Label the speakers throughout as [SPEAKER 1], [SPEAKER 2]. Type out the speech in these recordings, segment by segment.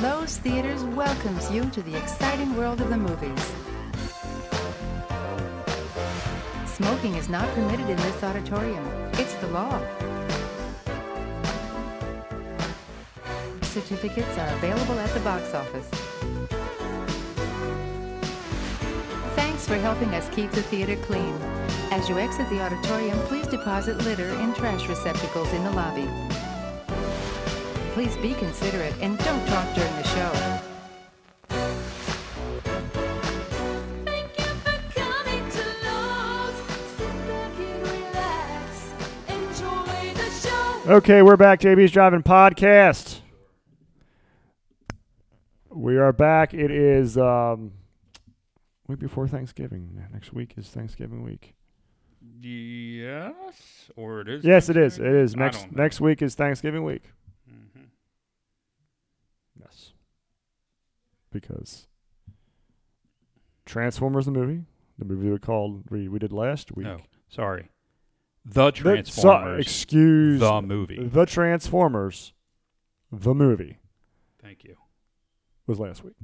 [SPEAKER 1] Lowe's Theaters welcomes you to the exciting world of the movies. Smoking is not permitted in this auditorium. It's the law. Certificates are available at the box office. Thanks for helping us keep the theater clean. As you exit the auditorium, please deposit litter and trash receptacles in the lobby. Please be considerate and don't talk during the show.
[SPEAKER 2] Thank you for coming to Lowe's. Sit back and relax. Enjoy the show.
[SPEAKER 3] Okay, we're back. JB's Driving Podcast. We are back. It is um, week before Thanksgiving. Next week is Thanksgiving week.
[SPEAKER 4] Yes, or it is.
[SPEAKER 3] Yes, it is. It
[SPEAKER 4] Thanksgiving?
[SPEAKER 3] is
[SPEAKER 4] I
[SPEAKER 3] next.
[SPEAKER 4] don't know.
[SPEAKER 3] Next week is Thanksgiving week.
[SPEAKER 4] Mhm.
[SPEAKER 3] Yes. Because Transformers the movie, the movie we called we, we did last week.
[SPEAKER 4] No, Oh, sorry. The
[SPEAKER 3] The- so-
[SPEAKER 4] Transformers, the,
[SPEAKER 3] excuse
[SPEAKER 4] movie.
[SPEAKER 3] The Transformers, the movie
[SPEAKER 4] Thank you.
[SPEAKER 3] was last week.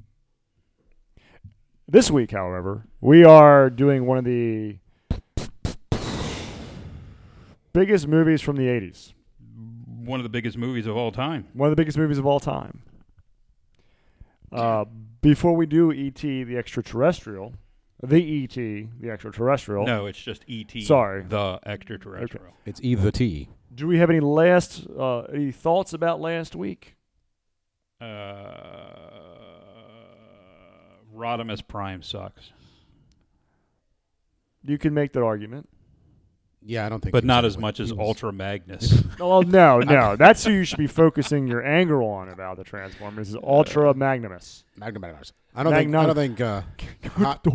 [SPEAKER 3] This week, however, we are doing one of the biggest movies from the 80s.
[SPEAKER 4] One of the biggest movies of all time.
[SPEAKER 3] One of the biggest movies of all time. Uh, before we do E.T. the Extraterrestrial, the E.T. the Extraterrestrial,
[SPEAKER 4] No, it's just E.T.
[SPEAKER 3] Sorry.
[SPEAKER 4] the extraterrestrial.
[SPEAKER 5] It's Eve the T.
[SPEAKER 3] do we have any last uh, any thoughts about last week?
[SPEAKER 4] Uh, Rodimus Prime sucks,
[SPEAKER 3] You can make that argument.
[SPEAKER 5] Yeah, I don't think.
[SPEAKER 4] but
[SPEAKER 5] so.
[SPEAKER 4] not
[SPEAKER 5] He
[SPEAKER 4] as
[SPEAKER 5] was-
[SPEAKER 4] much
[SPEAKER 5] he
[SPEAKER 4] as
[SPEAKER 5] was-
[SPEAKER 4] Ultra Magnus.
[SPEAKER 3] Well, no, no. That's who you should be focusing your anger on about the Transformers is Ultra Magnanimous.
[SPEAKER 5] Magnum Magnus. I don't think. I
[SPEAKER 3] Magnum.
[SPEAKER 5] don't think. Uh, hot,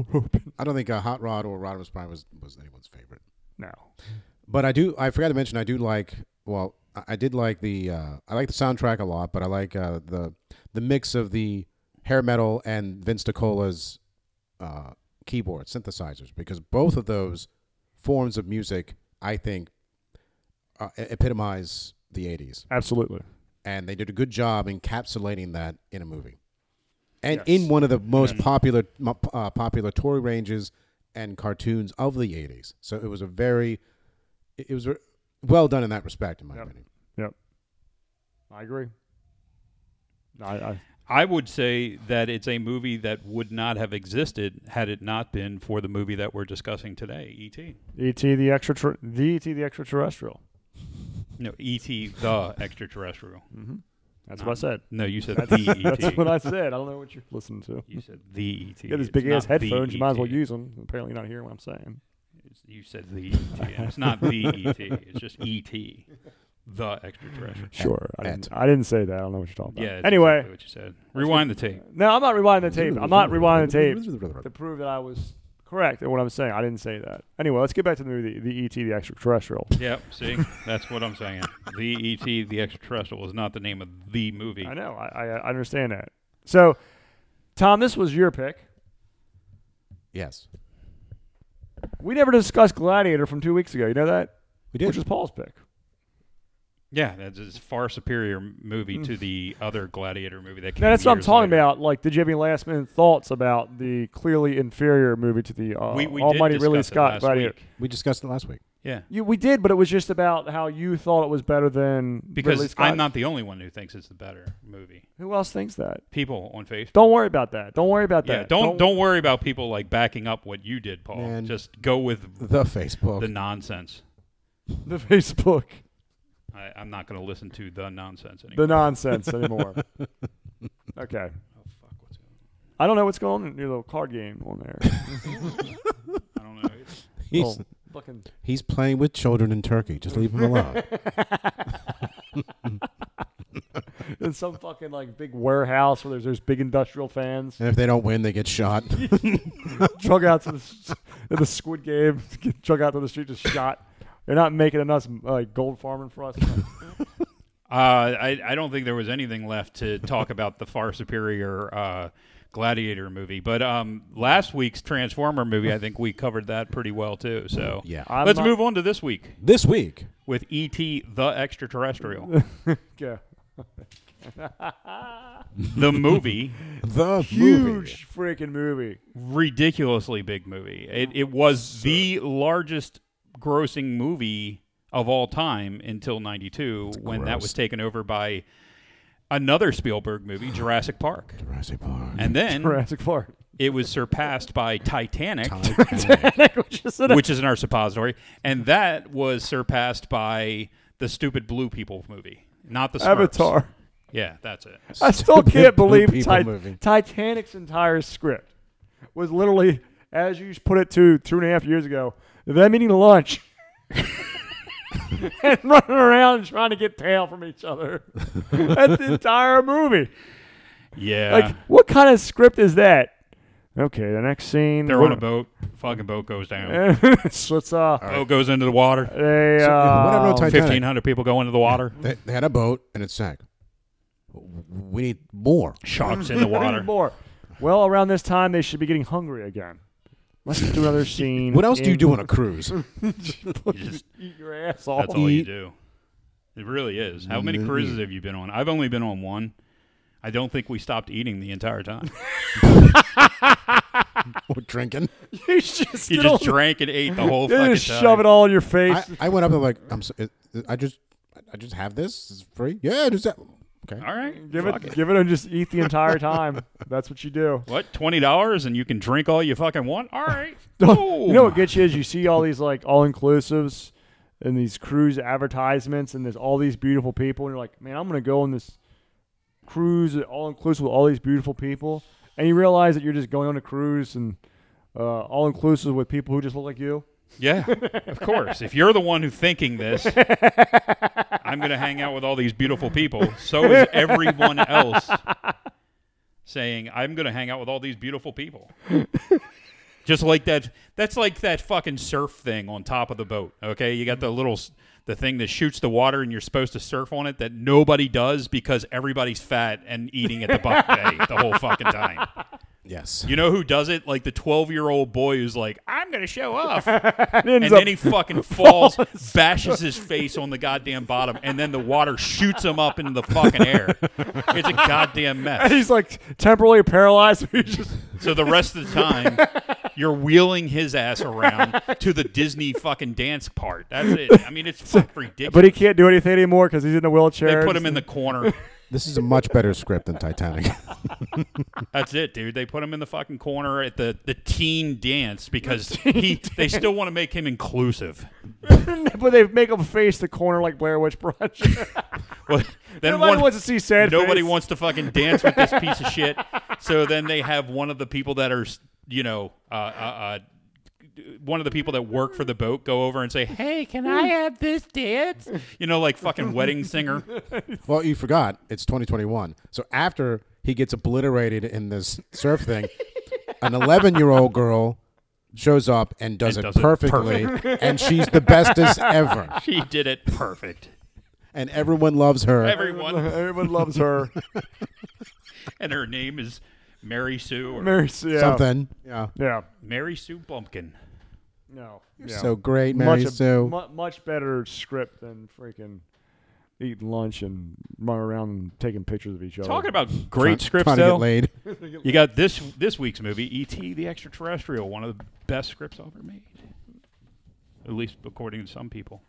[SPEAKER 5] I don't think uh, Hot Rod or Rodimus Prime was, was anyone's favorite.
[SPEAKER 3] No.
[SPEAKER 5] But I do. I forgot to mention. I do like. Well, I, I did like the. Uh, I like the soundtrack a lot, but I like uh, the the mix of the hair metal and Vince DiCola's uh, keyboard synthesizers because both of those forms of music, I think, uh, e- epitomize the '80s,
[SPEAKER 3] Absolutely.
[SPEAKER 5] and they did a good job encapsulating that in a movie, and
[SPEAKER 3] Yes. Mm-hmm.
[SPEAKER 5] in one of the most popular mo- uh, popular toy ranges and cartoons of the '80s. So it was a very, it it was re- well done in that respect, in my
[SPEAKER 3] Yep.
[SPEAKER 5] opinion.
[SPEAKER 3] Yep. I agree. I, I
[SPEAKER 4] I would say that it's a movie that would not have existed had it not been for the movie that we're discussing today, E E.T.
[SPEAKER 3] ET E the extra the ET the extraterrestrial.
[SPEAKER 4] No, E.T. the extraterrestrial.
[SPEAKER 3] Mm-hmm. That's what I said.
[SPEAKER 4] No, you said the E.T.
[SPEAKER 3] That's what I said. I don't know what you're listening to.
[SPEAKER 4] You said the ET.
[SPEAKER 3] You got these
[SPEAKER 4] E It's
[SPEAKER 3] big ass
[SPEAKER 4] not the E
[SPEAKER 3] headphones. You might as well
[SPEAKER 4] ET.
[SPEAKER 3] use them. Apparently, you're not hearing what I'm saying.
[SPEAKER 4] It's- You said the ET. and It's not the ET. It's just ET, the extraterrestrial.
[SPEAKER 3] Sure. I
[SPEAKER 5] at.
[SPEAKER 3] didn't, I didn't say that. I don't know what you're talking about.
[SPEAKER 4] Yeah. it's
[SPEAKER 3] anyway,
[SPEAKER 4] exactly what you said. Rewind the tape.
[SPEAKER 3] no, I'm not rewinding the tape. I'm not rewinding the tape. to prove that I was correct in what I'm saying. I didn't say that. Anyway, let's get back to the movie, the ET, the extraterrestrial.
[SPEAKER 4] Yep. See, that's what I'm saying. The ET, the extraterrestrial, is not the name of the movie.
[SPEAKER 3] I know. I, I, I understand that. So, Tom, this was your pick.
[SPEAKER 5] Yes,
[SPEAKER 3] We never discussed Gladiator from two weeks ago. You know that?
[SPEAKER 5] we did.
[SPEAKER 3] Which was Paul's pick.
[SPEAKER 4] Yeah, that's a far superior m- movie to the other Gladiator movie that came.
[SPEAKER 3] Mm. Now, that's what I'm
[SPEAKER 4] years
[SPEAKER 3] talking
[SPEAKER 4] later.
[SPEAKER 3] about. Like, did you have any last minute thoughts about the clearly inferior movie to the uh,
[SPEAKER 4] We, we
[SPEAKER 3] Almighty
[SPEAKER 4] did
[SPEAKER 3] Ridley
[SPEAKER 4] discuss it
[SPEAKER 3] Scott
[SPEAKER 4] last
[SPEAKER 3] Gladiator?
[SPEAKER 4] week.
[SPEAKER 5] we discussed it last week.
[SPEAKER 4] Yeah,
[SPEAKER 3] You, we did, but it was just about how you thought it was better than Ridley
[SPEAKER 4] because
[SPEAKER 3] Scott.
[SPEAKER 4] I'm not the only one who thinks it's the better movie.
[SPEAKER 3] Who else thinks that?
[SPEAKER 4] People on Facebook.
[SPEAKER 3] Don't worry about that. Don't worry about
[SPEAKER 4] Yeah,
[SPEAKER 3] that.
[SPEAKER 4] don't, don't worry about people like backing up what you did, Paul.
[SPEAKER 5] Man.
[SPEAKER 4] Just go with
[SPEAKER 5] The Facebook.
[SPEAKER 4] the nonsense.
[SPEAKER 3] the Facebook
[SPEAKER 4] I, I'm not going to listen to the nonsense anymore.
[SPEAKER 3] the nonsense anymore. okay.
[SPEAKER 4] oh, fuck, what's going
[SPEAKER 3] I don't know what's going on in your little card game on there.
[SPEAKER 4] on? I don't know.
[SPEAKER 5] he's,
[SPEAKER 3] Oh, fucking
[SPEAKER 5] he's playing with children in Turkey. Just leave him alone.
[SPEAKER 3] in some fucking like big warehouse where there's there's big industrial fans.
[SPEAKER 5] and if they don't win, they get shot.
[SPEAKER 3] drug out to the, s- to the squid game, get drug out to the street, just shot. They're not making enough like gold farming for us.
[SPEAKER 4] Uh, I, I don't think there was anything left to talk about the far superior uh, Gladiator movie. But um, last week's Transformer movie, I think we covered that pretty well, too. So
[SPEAKER 5] Yeah.
[SPEAKER 3] I'm
[SPEAKER 4] let's
[SPEAKER 3] not-
[SPEAKER 4] move on to this week E
[SPEAKER 5] this week,
[SPEAKER 4] with E.T. the Extraterrestrial.
[SPEAKER 3] yeah.
[SPEAKER 4] the movie,
[SPEAKER 5] The
[SPEAKER 3] Huge freaking movie.
[SPEAKER 4] ridiculously big movie. It it was the largest grossing movie of all time until 92 when that
[SPEAKER 5] gross.
[SPEAKER 4] was taken over by another Spielberg movie, Jurassic Park.
[SPEAKER 5] Jurassic Park.
[SPEAKER 4] And then
[SPEAKER 3] Jurassic Park.
[SPEAKER 4] it was surpassed by Titanic,
[SPEAKER 5] Titanic.
[SPEAKER 3] Which is an
[SPEAKER 4] which is in our suppository, and that was surpassed by the stupid blue people movie, not the Smurfs.
[SPEAKER 3] Avatar.
[SPEAKER 4] Yeah, that's it.
[SPEAKER 3] I still can't
[SPEAKER 5] Blue
[SPEAKER 3] believe
[SPEAKER 5] people
[SPEAKER 3] Ti-
[SPEAKER 5] movie.
[SPEAKER 3] Titanic's entire script was literally, as you put it to two and a half years ago, them eating lunch and running around trying to get tail from each other. That's the entire movie.
[SPEAKER 4] Yeah,
[SPEAKER 3] Like, what kind of script is that? Okay, the next scene.
[SPEAKER 4] they're
[SPEAKER 3] what-
[SPEAKER 4] on a boat. Fucking boat goes down.
[SPEAKER 3] so it's uh,
[SPEAKER 4] Boat goes into the water.
[SPEAKER 3] they,
[SPEAKER 5] So, what happened
[SPEAKER 3] uh,
[SPEAKER 5] to Titanic?
[SPEAKER 4] Fifteen hundred people go into the water.
[SPEAKER 5] They, they had a boat and it sank. We need more.
[SPEAKER 4] Sharks in the water.
[SPEAKER 3] More. Well, around this time, they should be getting hungry again. Let's just do another scene.
[SPEAKER 5] What else do you
[SPEAKER 3] in-
[SPEAKER 5] do on a cruise?
[SPEAKER 4] You just-
[SPEAKER 3] Eat your ass off.
[SPEAKER 4] that's all you
[SPEAKER 5] Eat.
[SPEAKER 4] do. It really is. How many cruises have you been on? I've only been on one. I don't think we stopped eating the entire time.
[SPEAKER 5] We're drinking.
[SPEAKER 3] You just,
[SPEAKER 4] You
[SPEAKER 3] get
[SPEAKER 4] just
[SPEAKER 3] on-
[SPEAKER 4] drank and ate the whole
[SPEAKER 3] They
[SPEAKER 4] fucking
[SPEAKER 3] just
[SPEAKER 4] time.
[SPEAKER 3] shove it all in your face.
[SPEAKER 5] I, I went up and like, I'm so, it, I just, I just have this. It's free. Yeah, just that. Okay.
[SPEAKER 4] All right,
[SPEAKER 3] give
[SPEAKER 4] fuck
[SPEAKER 3] it, give it, and just eat the entire time. That's what you do.
[SPEAKER 4] What twenty dollars and you can drink all you fucking want? All right.
[SPEAKER 3] You know what gets you is you see all these like all inclusives and these cruise advertisements, and there's all these beautiful people, and you're like, man, I'm gonna go on this cruise all inclusive with all these beautiful people, and you realize that you're just going on a cruise and uh, all inclusive with people who just look like you.
[SPEAKER 4] Yeah, of course. If you're the one who's thinking this, I'm going to hang out with all these beautiful people. So is everyone else saying, I'm going to hang out with all these beautiful people. Just like that. That's like that fucking surf thing on top of the boat. Okay. You got the little, s- the thing that shoots the water and you're supposed to surf on it that nobody does because everybody's fat and eating at the buffet the whole fucking time.
[SPEAKER 5] Yes.
[SPEAKER 4] You know who does it? Like the 12 year old boy who's like, I'm going to show off
[SPEAKER 3] And, ends
[SPEAKER 4] and
[SPEAKER 3] up-
[SPEAKER 4] then he fucking falls, bashes his face on the goddamn bottom, and then the water shoots him up into the fucking air. It's a goddamn
[SPEAKER 3] and
[SPEAKER 4] mess.
[SPEAKER 3] he's like temporarily paralyzed. He just
[SPEAKER 4] So the rest of the time, you're wheeling his ass around to the Disney fucking dance part. That's it. I mean, it's fucking ridiculous.
[SPEAKER 3] But he can't do anything anymore because he's in a wheelchair.
[SPEAKER 4] they put him in the corner.
[SPEAKER 5] This is a much better script than Titanic.
[SPEAKER 4] That's it, dude. They put him in the fucking corner at the, the teen dance because he they still want to make him inclusive.
[SPEAKER 3] but they make him face the corner like Blair Witch Project.
[SPEAKER 4] Well, then
[SPEAKER 3] Nobody
[SPEAKER 4] one,
[SPEAKER 3] wants to see sad
[SPEAKER 4] Nobody
[SPEAKER 3] face.
[SPEAKER 4] wants to fucking dance with this piece of shit. So then they have one of the people that are, you know, uh, uh, uh, one of the people that work for the boat go over and say, "Hey, can I have this dance?" You know, like fucking wedding singer.
[SPEAKER 5] well, you forgot it's 2021. So after he gets obliterated in this surf thing, an 11 year old girl shows up and does,
[SPEAKER 4] And
[SPEAKER 5] it,
[SPEAKER 4] does it
[SPEAKER 5] perfectly, and she's the bestest ever.
[SPEAKER 4] She did it perfect.
[SPEAKER 5] And everyone loves her.
[SPEAKER 4] Everyone
[SPEAKER 3] Everyone loves her.
[SPEAKER 4] and her name is Mary Sue or
[SPEAKER 3] Mary Sue. Yeah.
[SPEAKER 5] Something. Yeah.
[SPEAKER 3] Yeah.
[SPEAKER 4] Mary Sue Bumpkin.
[SPEAKER 3] No.
[SPEAKER 5] So great,
[SPEAKER 3] much,
[SPEAKER 5] Mary
[SPEAKER 3] a-
[SPEAKER 5] Sue.
[SPEAKER 3] mu- much better script than freaking eating lunch and running around and taking pictures of each other.
[SPEAKER 4] Talking about
[SPEAKER 5] Oh. Try-
[SPEAKER 4] great scripts,
[SPEAKER 5] trying to get
[SPEAKER 4] though,
[SPEAKER 5] laid.
[SPEAKER 4] you got this this week's movie, E.T. the Extraterrestrial, one of the best scripts ever made, at least according to some people.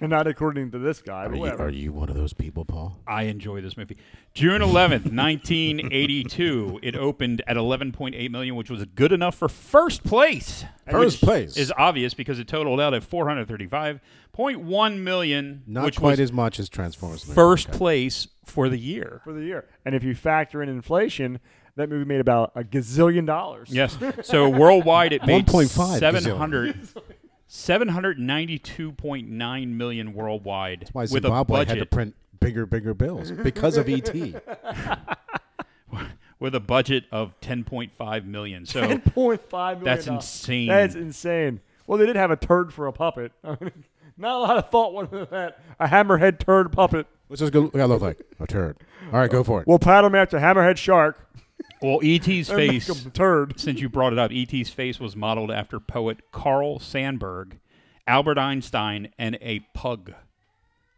[SPEAKER 3] and not according to this guy, but
[SPEAKER 5] Are you,
[SPEAKER 3] whatever.
[SPEAKER 5] are you one of those people, Paul?
[SPEAKER 4] I enjoy this movie. June 11th, 1982. It opened at 11.8 million, which was good enough for first place.
[SPEAKER 5] First place
[SPEAKER 4] Is obvious because it totaled out at 435.1 million,
[SPEAKER 5] not
[SPEAKER 4] which
[SPEAKER 5] quite
[SPEAKER 4] was
[SPEAKER 5] as much as Transformers. movie.
[SPEAKER 4] first
[SPEAKER 5] Okay.
[SPEAKER 4] place for the year.
[SPEAKER 3] for the year. And if you factor in inflation, that movie made about a gazillion dollars.
[SPEAKER 4] Yes. So worldwide, it made
[SPEAKER 5] 1.5
[SPEAKER 4] 700 792.9 million worldwide
[SPEAKER 5] Why
[SPEAKER 4] with a
[SPEAKER 5] Zimbabwe
[SPEAKER 4] budget
[SPEAKER 5] had to print bigger, bigger bills because of E ET.
[SPEAKER 4] with a budget of 10.5 million. So
[SPEAKER 3] Ten point five million.
[SPEAKER 4] That's
[SPEAKER 3] dollars.
[SPEAKER 4] insane.
[SPEAKER 3] That's insane. Well, they did have a turd for a puppet. I mean, not a lot of thought went into that. A hammerhead turd puppet.
[SPEAKER 5] What's this going to look like? A turd. All right, go for it.
[SPEAKER 3] We'll paddle him after hammerhead shark.
[SPEAKER 4] well, ET's
[SPEAKER 3] and make
[SPEAKER 4] face
[SPEAKER 3] him a turd.
[SPEAKER 4] since you brought it up, E.T.'s face was modeled after poet Carl Sandburg, Albert Einstein, and a pug,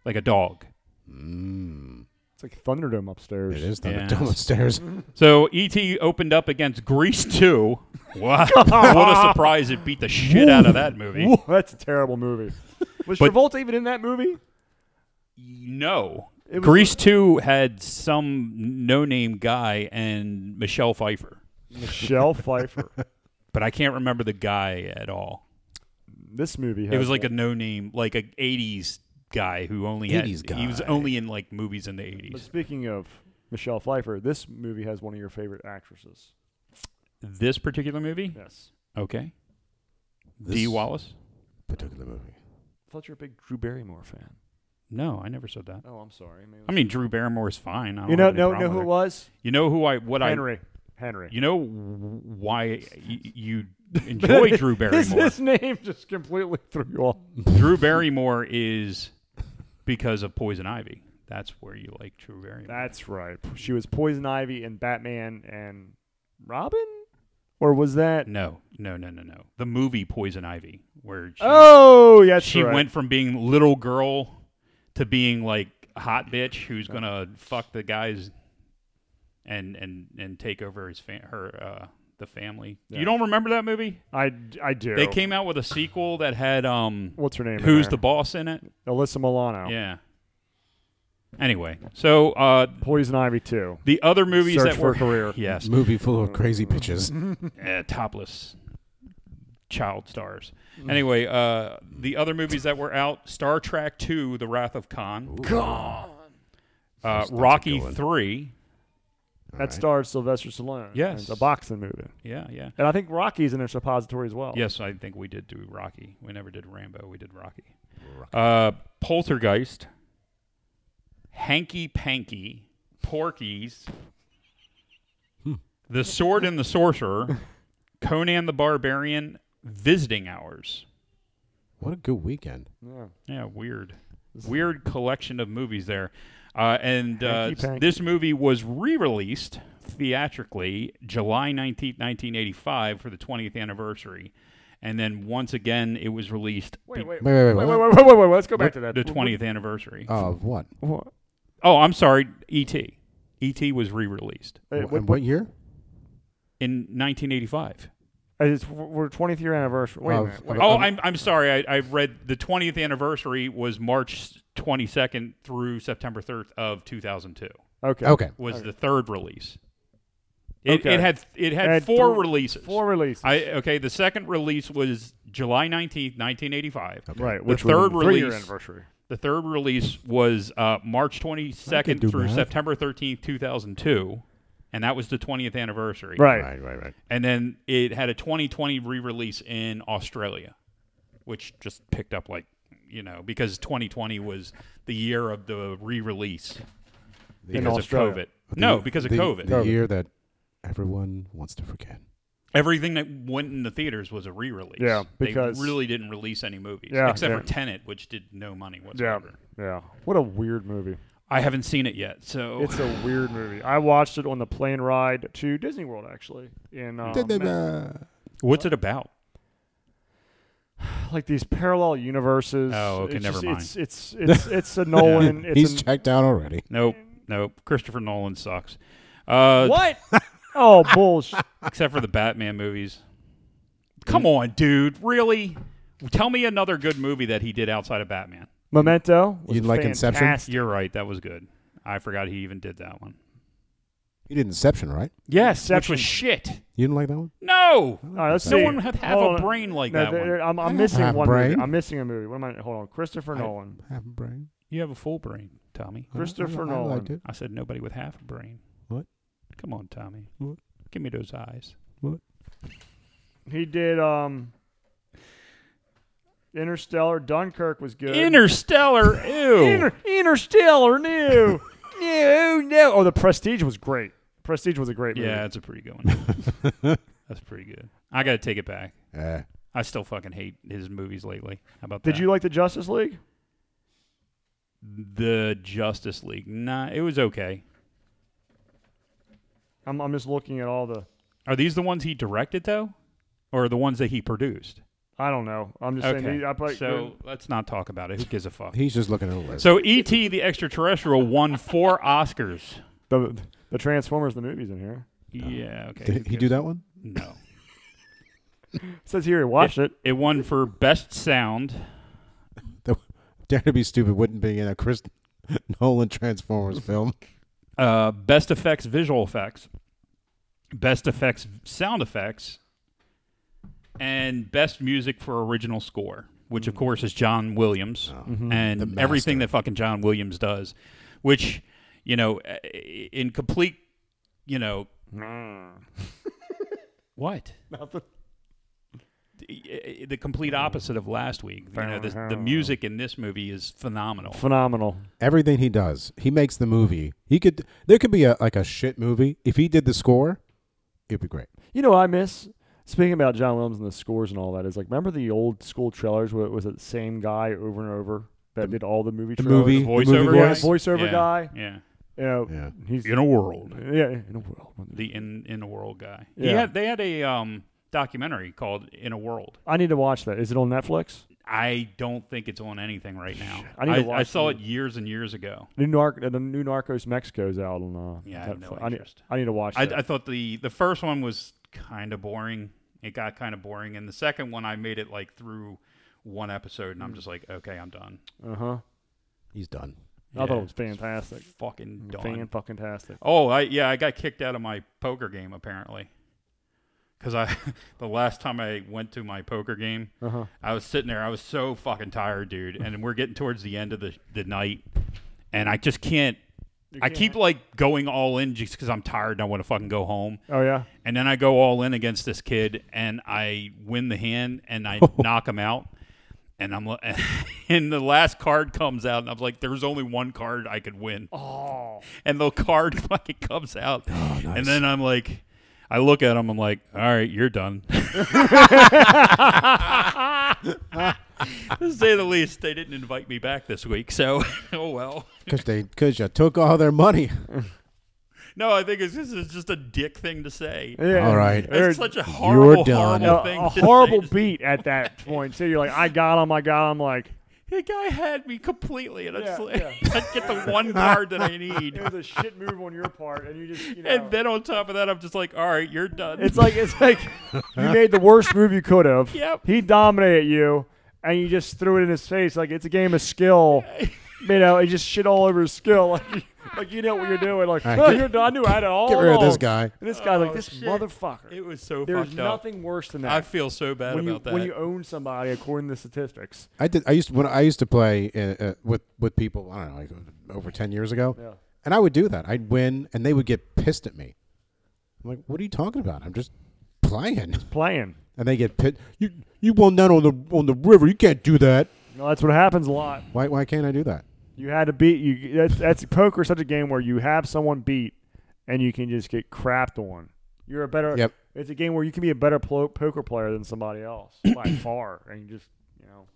[SPEAKER 4] like a dog.
[SPEAKER 3] It's like Thunderdome upstairs.
[SPEAKER 5] It is
[SPEAKER 4] Yeah.
[SPEAKER 5] Thunderdome upstairs.
[SPEAKER 4] So E.T. opened up against Grease 2. Wow. what a surprise. It beat the shit out of that movie.
[SPEAKER 3] Woo, that's a terrible movie. Was
[SPEAKER 4] But-
[SPEAKER 3] Travolta even in that movie?
[SPEAKER 4] No.
[SPEAKER 3] It was-
[SPEAKER 4] Grease 2 had some no name guy and Michelle Pfeiffer.
[SPEAKER 3] Michelle Pfeiffer.
[SPEAKER 4] But I can't remember the guy at all.
[SPEAKER 3] This movie.
[SPEAKER 4] It was
[SPEAKER 3] has
[SPEAKER 4] like a
[SPEAKER 3] that.
[SPEAKER 4] no name, like a 80s guy who only had.
[SPEAKER 5] 80s
[SPEAKER 4] He was
[SPEAKER 5] guy.
[SPEAKER 4] only in like movies in the
[SPEAKER 3] But
[SPEAKER 4] 80s.
[SPEAKER 3] speaking of Michelle Pfeiffer, this movie has one of your favorite actresses.
[SPEAKER 4] This particular movie?
[SPEAKER 3] Yes.
[SPEAKER 4] Okay.
[SPEAKER 5] This
[SPEAKER 4] D. Wallace?
[SPEAKER 5] particular movie.
[SPEAKER 3] I thought you were a big Drew Barrymore fan.
[SPEAKER 4] No, I never said that.
[SPEAKER 3] Oh, I'm sorry. Maybe
[SPEAKER 4] I mean, Drew Barrymore's fine. I don't
[SPEAKER 3] you know,
[SPEAKER 4] have any
[SPEAKER 3] no,
[SPEAKER 4] problem
[SPEAKER 3] know
[SPEAKER 4] with
[SPEAKER 3] who
[SPEAKER 4] her.
[SPEAKER 3] it was?
[SPEAKER 4] You know who I what I
[SPEAKER 3] Henry. Henry.
[SPEAKER 4] You know why y- you enjoy Drew
[SPEAKER 3] his,
[SPEAKER 4] Barrymore?
[SPEAKER 3] his name just completely threw you off.
[SPEAKER 4] Drew Barrymore is because of Poison Ivy. That's where you like Drew Barrymore.
[SPEAKER 3] That's right. She was Poison Ivy in Batman and Robin, or was that?
[SPEAKER 4] no, no, no, no, no. The movie Poison Ivy, where she,
[SPEAKER 3] Oh, yes,
[SPEAKER 4] she
[SPEAKER 3] right.
[SPEAKER 4] went from being little girl to being like hot bitch who's gonna fuck the guys and and and take over his fa- her uh, the family.
[SPEAKER 3] Yeah.
[SPEAKER 4] You don't remember that movie?
[SPEAKER 3] I, I do.
[SPEAKER 4] They came out with a sequel that had um,
[SPEAKER 3] What's her name? in
[SPEAKER 4] who's the
[SPEAKER 3] there?
[SPEAKER 4] boss in it?
[SPEAKER 3] Alyssa Milano?
[SPEAKER 4] Yeah. Anyway, so uh,
[SPEAKER 3] Poison Ivy too.
[SPEAKER 4] the other movies
[SPEAKER 3] Search
[SPEAKER 4] that
[SPEAKER 3] for
[SPEAKER 4] were
[SPEAKER 3] a career.
[SPEAKER 4] yes,
[SPEAKER 5] Movie full of crazy bitches.
[SPEAKER 4] eh, topless child stars. Anyway, uh, the other movies that were out: Star Trek Two: The Wrath of Khan, uh, Rocky Three.
[SPEAKER 3] That stars Sylvester Stallone.
[SPEAKER 4] Yes.
[SPEAKER 3] it's a boxing movie,
[SPEAKER 4] Yeah, yeah.
[SPEAKER 3] and I think Rocky's in their suppository as well.
[SPEAKER 4] Yes, I think we did do Rocky. We never did Rambo. We did Rocky. Uh, Poltergeist, Hanky Panky, Porkies, The Sword and the Sorcerer, Conan the Barbarian, Visiting Hours.
[SPEAKER 5] What a good weekend.
[SPEAKER 3] Yeah.
[SPEAKER 4] Yeah, weird, weird collection of movies there. Uh, and uh,
[SPEAKER 3] Hanky Panky.
[SPEAKER 4] this movie was re-released theatrically July nineteenth, nineteen eighty-five, for the twentieth anniversary. And then once again, it was released be-
[SPEAKER 3] Wait, wait,
[SPEAKER 5] Wait, wait,
[SPEAKER 3] wait,
[SPEAKER 5] wait.
[SPEAKER 3] wait, wait, wait, wait, wait. Let's go back to that.
[SPEAKER 4] the twentieth anniversary.
[SPEAKER 5] Of what?
[SPEAKER 3] What?
[SPEAKER 4] oh, I'm sorry, E.T. E.T. was re-released
[SPEAKER 3] Wait,
[SPEAKER 5] Wh-
[SPEAKER 3] what-
[SPEAKER 5] what, year?
[SPEAKER 4] in 1985.
[SPEAKER 3] It's we're 20th year anniversary. Wait a
[SPEAKER 5] Of-
[SPEAKER 3] minute.
[SPEAKER 5] of-
[SPEAKER 3] Wait.
[SPEAKER 4] Oh, I'm I'm sorry. I, I've read the 20th anniversary was March 22nd through September 3rd of 2002.
[SPEAKER 3] Okay.
[SPEAKER 5] Okay.
[SPEAKER 4] Was the third release. It,
[SPEAKER 3] Okay.
[SPEAKER 4] it had it had
[SPEAKER 3] Had
[SPEAKER 4] four
[SPEAKER 3] three-
[SPEAKER 4] releases.
[SPEAKER 3] Four releases.
[SPEAKER 4] I okay. The second release was July 19th, 1985.
[SPEAKER 3] right.
[SPEAKER 4] The
[SPEAKER 3] Which would've
[SPEAKER 4] third
[SPEAKER 3] been three-year
[SPEAKER 4] release-
[SPEAKER 3] anniversary.
[SPEAKER 4] The third release was uh, March
[SPEAKER 5] I could
[SPEAKER 4] 22nd
[SPEAKER 5] do
[SPEAKER 4] through
[SPEAKER 5] math.
[SPEAKER 4] September 13th, 2002, and that was the 20th anniversary.
[SPEAKER 3] Right.
[SPEAKER 5] right, right.
[SPEAKER 4] And then it had a 2020 re-release in Australia, which just picked up like, you know, because 2020 was the year of the re-release
[SPEAKER 3] In
[SPEAKER 4] because of
[SPEAKER 3] Australia.
[SPEAKER 4] COVID. No, because of
[SPEAKER 5] the,
[SPEAKER 4] COVID.
[SPEAKER 5] The year that everyone wants to forget.
[SPEAKER 4] Everything that went in the theaters was a re-release.
[SPEAKER 3] Yeah, because-
[SPEAKER 4] they really didn't release any movies
[SPEAKER 3] Yeah,
[SPEAKER 4] except
[SPEAKER 3] yeah.
[SPEAKER 4] for Tenet, which did no money
[SPEAKER 3] Yeah.
[SPEAKER 4] whatsoever.
[SPEAKER 3] Yeah. What a weird movie.
[SPEAKER 4] I haven't seen it yet, so
[SPEAKER 3] It's a weird movie. I watched it on the plane ride to Disney World, actually. In um,
[SPEAKER 5] uh,
[SPEAKER 4] what's it about?
[SPEAKER 3] like these parallel universes.
[SPEAKER 4] Oh, okay,
[SPEAKER 3] It's
[SPEAKER 4] never
[SPEAKER 3] just-
[SPEAKER 4] mind.
[SPEAKER 3] It's it's it's, it's a Nolan. It's
[SPEAKER 5] He's
[SPEAKER 3] an-
[SPEAKER 5] checked out already.
[SPEAKER 4] Nope, nope. Christopher Nolan sucks. Uh,
[SPEAKER 3] what? oh, bullshit.
[SPEAKER 4] Except for the Batman movies. Come on, dude. Really? Tell me another good movie that he did outside of Batman.
[SPEAKER 3] Memento. was
[SPEAKER 5] You like Inception?
[SPEAKER 3] fantastic.
[SPEAKER 4] You're right. That was good. I forgot he even did that one.
[SPEAKER 5] You did Inception, right?
[SPEAKER 4] Yes, which
[SPEAKER 3] Inception.
[SPEAKER 4] was shit.
[SPEAKER 5] You didn't like that one?
[SPEAKER 4] No,
[SPEAKER 3] All right, let's
[SPEAKER 4] no
[SPEAKER 3] see.
[SPEAKER 4] one would have
[SPEAKER 3] Hold
[SPEAKER 4] a
[SPEAKER 3] on.
[SPEAKER 4] brain like
[SPEAKER 3] No,
[SPEAKER 4] that
[SPEAKER 3] there-
[SPEAKER 4] one.
[SPEAKER 3] I'm,
[SPEAKER 5] I
[SPEAKER 3] I'm
[SPEAKER 5] don't
[SPEAKER 3] missing
[SPEAKER 5] have
[SPEAKER 3] one. Movie.
[SPEAKER 5] brain.
[SPEAKER 3] I'm missing a movie. What am I? Hold on, Christopher Nolan.
[SPEAKER 5] Half a brain.
[SPEAKER 4] You have a full brain, Tommy.
[SPEAKER 3] Christopher
[SPEAKER 5] I, I, I liked
[SPEAKER 3] Nolan.
[SPEAKER 5] it.
[SPEAKER 4] I said nobody with half a brain.
[SPEAKER 5] What?
[SPEAKER 4] Come on, Tommy.
[SPEAKER 5] What?
[SPEAKER 4] Give me those eyes.
[SPEAKER 3] He did um, Interstellar. Dunkirk was good.
[SPEAKER 4] Interstellar. Ew.
[SPEAKER 3] Inter- Interstellar. No, no, no. Oh, the Prestige was great. Prestige was a great movie.
[SPEAKER 4] yeah, that's a pretty good one. That's pretty good. I got to take it back.
[SPEAKER 5] Eh.
[SPEAKER 4] I still fucking hate his movies lately. How about that?
[SPEAKER 3] Did you like the Justice League?
[SPEAKER 4] the Justice League. Nah, it was okay.
[SPEAKER 3] I'm, I'm just looking at all the.
[SPEAKER 4] Are these the ones he directed though, or the ones that he produced?
[SPEAKER 3] I don't know. I'm just saying.
[SPEAKER 4] Okay.
[SPEAKER 3] these- I probably,
[SPEAKER 4] so let's not talk about it. Who gives a fuck?
[SPEAKER 5] He's just looking at a list.
[SPEAKER 4] So E.T. the Extraterrestrial won four Oscars.
[SPEAKER 3] the the Transformers the movies in here
[SPEAKER 4] Yeah. Okay.
[SPEAKER 5] Did he do that one?
[SPEAKER 4] No.
[SPEAKER 3] it says here he watched it.
[SPEAKER 4] It won for best sound.
[SPEAKER 5] That- Dare to be stupid wouldn't be in a Chris Nolan Transformers film.
[SPEAKER 4] uh, best effects visual effects best effects sound effects and best music for original score which of course is john williams and
[SPEAKER 5] Hmm. Oh. The
[SPEAKER 4] everything
[SPEAKER 5] master.
[SPEAKER 4] that fucking john williams does which you know eh, in complete you know what the the complete opposite of last week you know the, the music in this movie is phenomenal
[SPEAKER 3] Phenomenal.
[SPEAKER 5] Everything he does, he makes the movie. He could there could be a like a shit movie if he did the score, it'd be great.
[SPEAKER 3] You know, what I miss speaking about John Williams and the scores and all that is like remember the old school trailers where it was the same guy over and over that did all the movie
[SPEAKER 5] The
[SPEAKER 3] trailers?
[SPEAKER 5] movie,
[SPEAKER 4] voiceover
[SPEAKER 5] the movie
[SPEAKER 4] guy?
[SPEAKER 5] voice.
[SPEAKER 3] voiceover
[SPEAKER 4] Yeah,
[SPEAKER 3] guy.
[SPEAKER 4] yeah
[SPEAKER 3] You know,
[SPEAKER 5] Yeah.
[SPEAKER 3] he's
[SPEAKER 4] in a world
[SPEAKER 3] yeah in the world.
[SPEAKER 4] the in in a world guy. He
[SPEAKER 3] Yeah.
[SPEAKER 4] had they had a um documentary called In a World.
[SPEAKER 3] I need to watch that. Is it on Netflix?
[SPEAKER 4] I don't think it's on anything right now.
[SPEAKER 3] I need to
[SPEAKER 4] I,
[SPEAKER 3] watch
[SPEAKER 4] saw
[SPEAKER 3] it.
[SPEAKER 4] it years and years ago.
[SPEAKER 3] New Narc, uh, the new Narcos Mexico's out on. Uh,
[SPEAKER 4] Yeah, I have no
[SPEAKER 3] Netflix. I need,
[SPEAKER 4] interest.
[SPEAKER 3] I need to watch.
[SPEAKER 4] I,
[SPEAKER 3] That.
[SPEAKER 4] I thought the the first one was kind of boring. It got kind of boring, and the second one I made it like through one episode, and I'm just like, okay, I'm done.
[SPEAKER 3] uh huh.
[SPEAKER 5] He's done.
[SPEAKER 3] I thought
[SPEAKER 4] Yeah.
[SPEAKER 3] it was fantastic.
[SPEAKER 4] Fucking done.
[SPEAKER 3] mm, Fan fucking tastic.
[SPEAKER 4] Oh, I yeah, I got kicked out of my poker game apparently. Cause I, the last time I went to my poker game,
[SPEAKER 3] Uh-huh.
[SPEAKER 4] I was sitting there. I was so fucking tired, dude. And we're getting towards the end of the the night, and I just can't. I keep like going all in just because I'm tired and I want to fucking go home.
[SPEAKER 3] Oh yeah.
[SPEAKER 4] And then I go all in against this kid, and I win the hand, and I knock him out. And I'm, li- and the last card comes out, and I'm like, "There's only one card I could win."
[SPEAKER 3] Oh.
[SPEAKER 4] and the card fucking comes out. And then I'm like, I look at him. I'm like, all right, you're done. to say the least, they didn't invite me back this week. So, oh well.
[SPEAKER 5] Cause they cause you took all their money.
[SPEAKER 4] No, I think it's, this is just a dick thing to say.
[SPEAKER 3] Yeah.
[SPEAKER 5] All right.
[SPEAKER 3] They're-
[SPEAKER 4] It's such a horrible,
[SPEAKER 5] done.
[SPEAKER 4] horrible
[SPEAKER 3] a,
[SPEAKER 4] thing.
[SPEAKER 3] a
[SPEAKER 4] to say.
[SPEAKER 3] horrible beat at that point. So you're like, I got him. I got him. Like
[SPEAKER 4] The guy had me completely, and I just
[SPEAKER 3] Yeah,
[SPEAKER 4] like,
[SPEAKER 3] yeah.
[SPEAKER 4] I get the one card that I need.
[SPEAKER 3] it was a shit move on your part, and you just you know.
[SPEAKER 4] And then on top of that, I'm just like, all right, you're done.
[SPEAKER 3] it's like it's like you made the worst move you could have.
[SPEAKER 4] Yep.
[SPEAKER 3] He dominated you, and you just threw it in his face. Like it's a game of skill. You know, he just shit all over his skill. Like, like you know what you're doing. Like
[SPEAKER 5] right,
[SPEAKER 3] "Oh,
[SPEAKER 5] get-
[SPEAKER 3] you're done. I knew I had it all.
[SPEAKER 5] Get rid of this
[SPEAKER 3] along."
[SPEAKER 5] guy.
[SPEAKER 3] And this guy's like
[SPEAKER 4] Oh,
[SPEAKER 3] this
[SPEAKER 4] shit.
[SPEAKER 3] motherfucker.
[SPEAKER 4] it was so
[SPEAKER 3] There's
[SPEAKER 4] fucked up.
[SPEAKER 3] nothing worse than that.
[SPEAKER 4] I feel so bad
[SPEAKER 3] when you,
[SPEAKER 4] about that.
[SPEAKER 3] When you own somebody, according to statistics.
[SPEAKER 5] I did. I used to, when I used to play uh, uh, with with people. I don't know, like over ten years ago.
[SPEAKER 3] Yeah.
[SPEAKER 5] And I would do that. I'd win, and they would get pissed at me. I'm like, "What are you talking about? I'm just playing."
[SPEAKER 3] Playing.
[SPEAKER 5] And they get pissed. You you won that on the on the river. You can't do that.
[SPEAKER 3] No, that's what happens a lot.
[SPEAKER 5] Why why can't I do that?
[SPEAKER 3] You had to beat you. That's, that's poker. is Such a game where you have someone beat, and you can just get crapped on. You're a better.
[SPEAKER 5] Yep.
[SPEAKER 3] It's a game where you can be a better plo- poker player than somebody else by far, and you just you know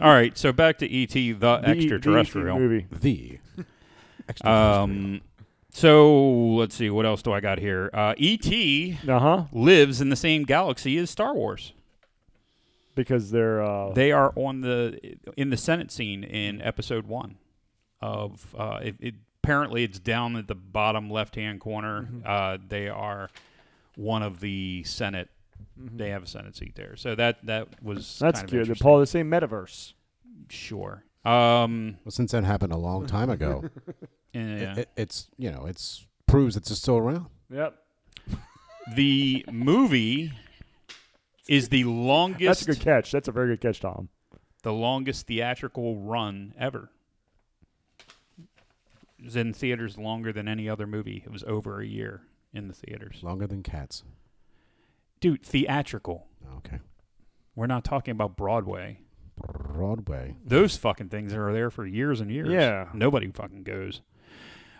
[SPEAKER 4] All right, so back to ET
[SPEAKER 3] the
[SPEAKER 4] the,
[SPEAKER 3] E- the E.T.
[SPEAKER 4] extraterrestrial.
[SPEAKER 3] movie.
[SPEAKER 5] The
[SPEAKER 4] um so let's see what else do I got here. Uh, ET
[SPEAKER 3] Uh huh.
[SPEAKER 4] lives in the same galaxy as Star Wars.
[SPEAKER 3] Because they're uh,
[SPEAKER 4] They are on the in the Senate scene
[SPEAKER 3] Mm-hmm.
[SPEAKER 4] in episode 1 of uh it, it, apparently it's down at the bottom left-hand corner.
[SPEAKER 3] Mm-hmm.
[SPEAKER 4] Uh they are one of the Senate they have a Senate seat there. So that that was
[SPEAKER 3] Mm-hmm. that's
[SPEAKER 4] kind of
[SPEAKER 3] cute. They're
[SPEAKER 4] interesting.
[SPEAKER 3] part of the same metaverse.
[SPEAKER 4] sure. Um
[SPEAKER 5] well, since that happened a long time ago,
[SPEAKER 3] Eh,
[SPEAKER 4] yeah.
[SPEAKER 5] it, it's you know it's proves it's just still around.
[SPEAKER 3] Yep.
[SPEAKER 4] the movie is the
[SPEAKER 3] That's
[SPEAKER 4] longest
[SPEAKER 3] a good catch. That's a very good catch, Tom.
[SPEAKER 4] the longest theatrical run ever. It was in theaters longer than any other movie. It was over a year in the theaters.
[SPEAKER 5] Longer than cats.
[SPEAKER 4] Dude, theatrical.
[SPEAKER 5] Okay.
[SPEAKER 4] We're not talking about Broadway.
[SPEAKER 5] Broadway.
[SPEAKER 4] Those fucking things are there for years and years.
[SPEAKER 3] Yeah.
[SPEAKER 4] Nobody fucking goes.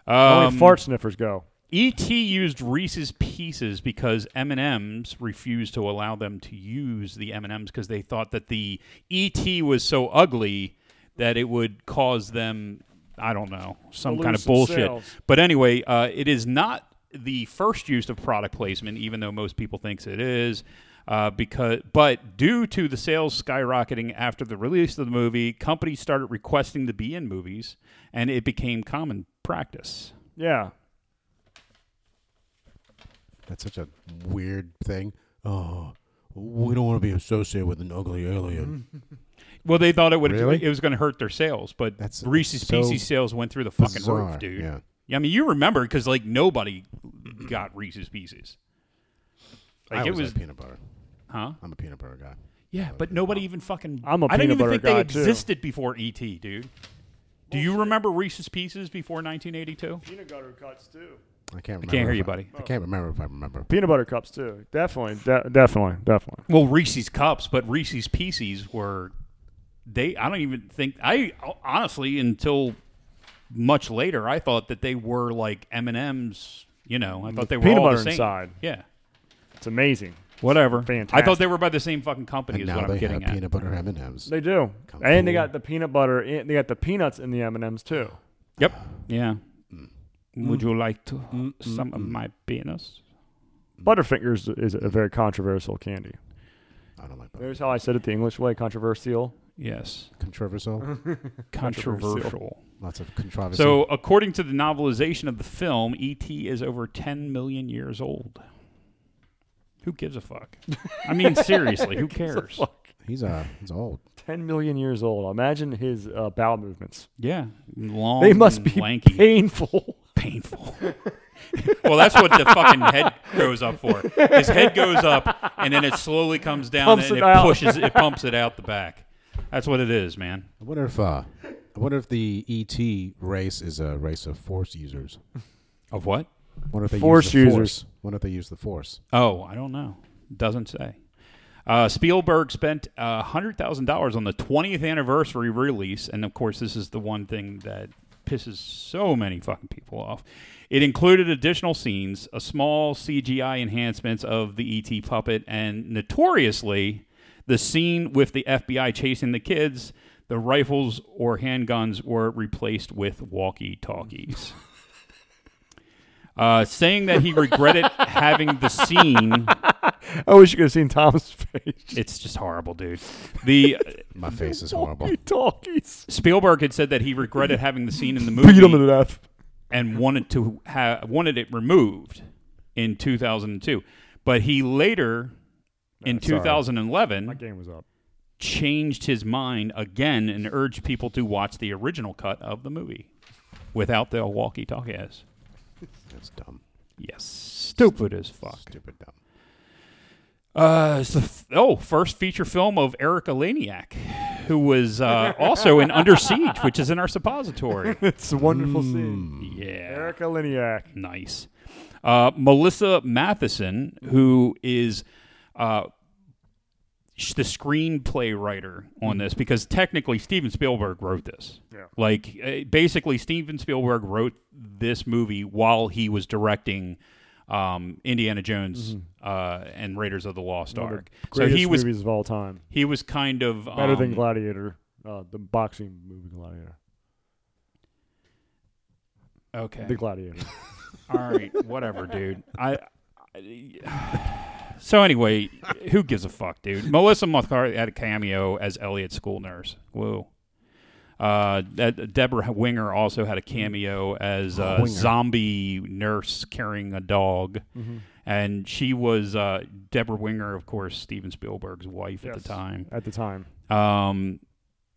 [SPEAKER 4] Um,
[SPEAKER 3] Only fart sniffers go.
[SPEAKER 4] ET E used Reese's Pieces because M&M's refused to allow them to use the M&M's because they thought that the ET was so ugly that it would cause them I don't know some
[SPEAKER 3] To
[SPEAKER 4] kind
[SPEAKER 3] lose
[SPEAKER 4] of
[SPEAKER 3] some
[SPEAKER 4] bullshit.
[SPEAKER 3] sales.
[SPEAKER 4] But anyway, uh, it is not the first use of product placement, even though most people thinks it is. Uh, because, but due to the sales skyrocketing after the release of the movie, companies started requesting to be in movies, and it became common practice.
[SPEAKER 3] Yeah.
[SPEAKER 5] That's such a weird thing. Oh, we don't want to be associated with an ugly alien.
[SPEAKER 4] Well, they thought it would
[SPEAKER 5] Really?
[SPEAKER 4] it was going to hurt their sales, but
[SPEAKER 5] That's
[SPEAKER 4] Reese's
[SPEAKER 5] so
[SPEAKER 4] Pieces sales went through the fucking
[SPEAKER 5] bizarre,
[SPEAKER 4] roof, dude.
[SPEAKER 5] yeah.
[SPEAKER 4] I mean, you remember because like nobody got Reese's Pieces. Like
[SPEAKER 5] I
[SPEAKER 4] it
[SPEAKER 5] always
[SPEAKER 4] was,
[SPEAKER 5] like peanut butter.
[SPEAKER 4] huh?
[SPEAKER 5] I'm a peanut butter guy.
[SPEAKER 4] Yeah, but nobody even fucking.
[SPEAKER 3] I'm a
[SPEAKER 4] I didn't
[SPEAKER 3] peanut
[SPEAKER 4] even
[SPEAKER 3] butter
[SPEAKER 4] think
[SPEAKER 3] guy,
[SPEAKER 4] they
[SPEAKER 3] too.
[SPEAKER 4] existed before ET, dude. Do you remember Reese's Pieces before 1982?
[SPEAKER 3] Peanut butter cups too.
[SPEAKER 5] I can't. Remember
[SPEAKER 4] can't hear
[SPEAKER 5] if
[SPEAKER 4] you,
[SPEAKER 5] I-
[SPEAKER 4] buddy.
[SPEAKER 5] I can't remember if I remember.
[SPEAKER 3] Peanut butter cups too. Definitely, de- definitely, definitely.
[SPEAKER 4] Well, Reese's cups, but Reese's Pieces were they. I don't even think I honestly until much later I thought that they were like M and M's. You know, I thought they were
[SPEAKER 3] peanut
[SPEAKER 4] all the
[SPEAKER 3] butter
[SPEAKER 4] same.
[SPEAKER 3] inside.
[SPEAKER 4] Yeah,
[SPEAKER 3] It's amazing.
[SPEAKER 4] whatever. I thought
[SPEAKER 3] Fantastic.
[SPEAKER 4] they were by the same fucking company.
[SPEAKER 5] And
[SPEAKER 4] is
[SPEAKER 5] now
[SPEAKER 4] what I'm
[SPEAKER 5] they have
[SPEAKER 4] getting at.
[SPEAKER 5] peanut butter M and M's.
[SPEAKER 3] They do,
[SPEAKER 5] Kung
[SPEAKER 3] and they
[SPEAKER 5] Fu.
[SPEAKER 3] got the peanut butter. In, they got the peanuts in the M and M's too.
[SPEAKER 4] Yep. Yeah.
[SPEAKER 3] Mm.
[SPEAKER 4] Would you like to some of my penis?
[SPEAKER 3] Butterfingers is a very controversial candy.
[SPEAKER 5] I don't like butter.
[SPEAKER 3] Notice how I said it the English way, controversial.
[SPEAKER 4] Yes.
[SPEAKER 5] Controversial.
[SPEAKER 4] Controversial.
[SPEAKER 5] Lots of controversy.
[SPEAKER 4] So, according to the novelization of the film, E.T. is over 10 million years old. Who gives a fuck? I mean, seriously, who cares?
[SPEAKER 5] he's uh he's old.
[SPEAKER 3] Ten million years old. Imagine his uh, bowel movements.
[SPEAKER 4] Yeah, long.
[SPEAKER 3] They must
[SPEAKER 4] and
[SPEAKER 3] be
[SPEAKER 4] lanky,
[SPEAKER 3] painful.
[SPEAKER 4] painful. well, that's what the fucking head goes up for. His head goes up, and then it slowly comes down,
[SPEAKER 3] Pumps
[SPEAKER 4] and
[SPEAKER 3] it
[SPEAKER 4] it
[SPEAKER 3] out.
[SPEAKER 4] pushes, it pumps it out the back. That's what it is, man.
[SPEAKER 5] I wonder if uh, I wonder if the ET race is a race of force users.
[SPEAKER 4] Of what?
[SPEAKER 5] What if they
[SPEAKER 3] Force
[SPEAKER 5] use the
[SPEAKER 3] users.
[SPEAKER 5] Force? What if they use the force?
[SPEAKER 4] Oh, I don't know. Doesn't say. Uh, Spielberg spent uh, $100,000 on the 20th anniversary release. And of course, this is the one thing that pisses so many fucking people off. It included additional scenes, a small CGI enhancements of the ET puppet, and notoriously, the scene with the FBI chasing the kids, the rifles or handguns were replaced with walkie talkies. Uh, saying that he regretted having the scene
[SPEAKER 3] I wish you could have seen Tom's face.
[SPEAKER 4] it's just horrible, dude. The
[SPEAKER 5] My face is horrible.
[SPEAKER 3] Talkies.
[SPEAKER 4] Spielberg had said that he regretted having the scene in the
[SPEAKER 3] Beat him to
[SPEAKER 4] movie
[SPEAKER 3] death.
[SPEAKER 4] and wanted to ha- wanted it removed in 2002, but he later in
[SPEAKER 3] sorry.
[SPEAKER 4] 2011
[SPEAKER 3] My game was up.
[SPEAKER 4] changed his mind again and urged people to watch the original cut of the movie without the walkie-talkies.
[SPEAKER 5] That's dumb.
[SPEAKER 4] Yes, stupid as fuck.
[SPEAKER 5] Stupid dumb.
[SPEAKER 4] Uh, it's the f- oh, first feature film of Erica Laniak, who was uh, also in Under Siege, which is in our suppository.
[SPEAKER 3] It's a wonderful scene.
[SPEAKER 4] Yeah,
[SPEAKER 3] Erica Liniak.
[SPEAKER 4] nice. Uh, Melissa Matheson, who is uh, sh- the screenplay writer on this, because technically Steven Spielberg wrote this.
[SPEAKER 3] Yeah.
[SPEAKER 4] Like, uh, basically, Steven Spielberg wrote this movie while he was directing um, Indiana Jones uh, and Raiders of the Lost
[SPEAKER 3] Mm-hmm. One of the
[SPEAKER 4] Ark. So
[SPEAKER 3] Greatest
[SPEAKER 4] he was
[SPEAKER 3] movies of all time.
[SPEAKER 4] he was kind of um,
[SPEAKER 3] Better than Gladiator, uh, the boxing movie Gladiator.
[SPEAKER 4] Okay,
[SPEAKER 3] The Gladiator.
[SPEAKER 4] all right, whatever, dude. I. I- So anyway, who gives a fuck, dude? Melissa McCarthy had a cameo as Elliot's school nurse. Whoa. Uh, that- Deborah Winger also had a cameo as a
[SPEAKER 5] Winger.
[SPEAKER 4] zombie nurse carrying a dog,
[SPEAKER 3] Mm-hmm.
[SPEAKER 4] and she was uh, Deborah Winger, of course, Steven Spielberg's wife at
[SPEAKER 3] Yes.
[SPEAKER 4] the time.
[SPEAKER 3] At the time.
[SPEAKER 4] Um,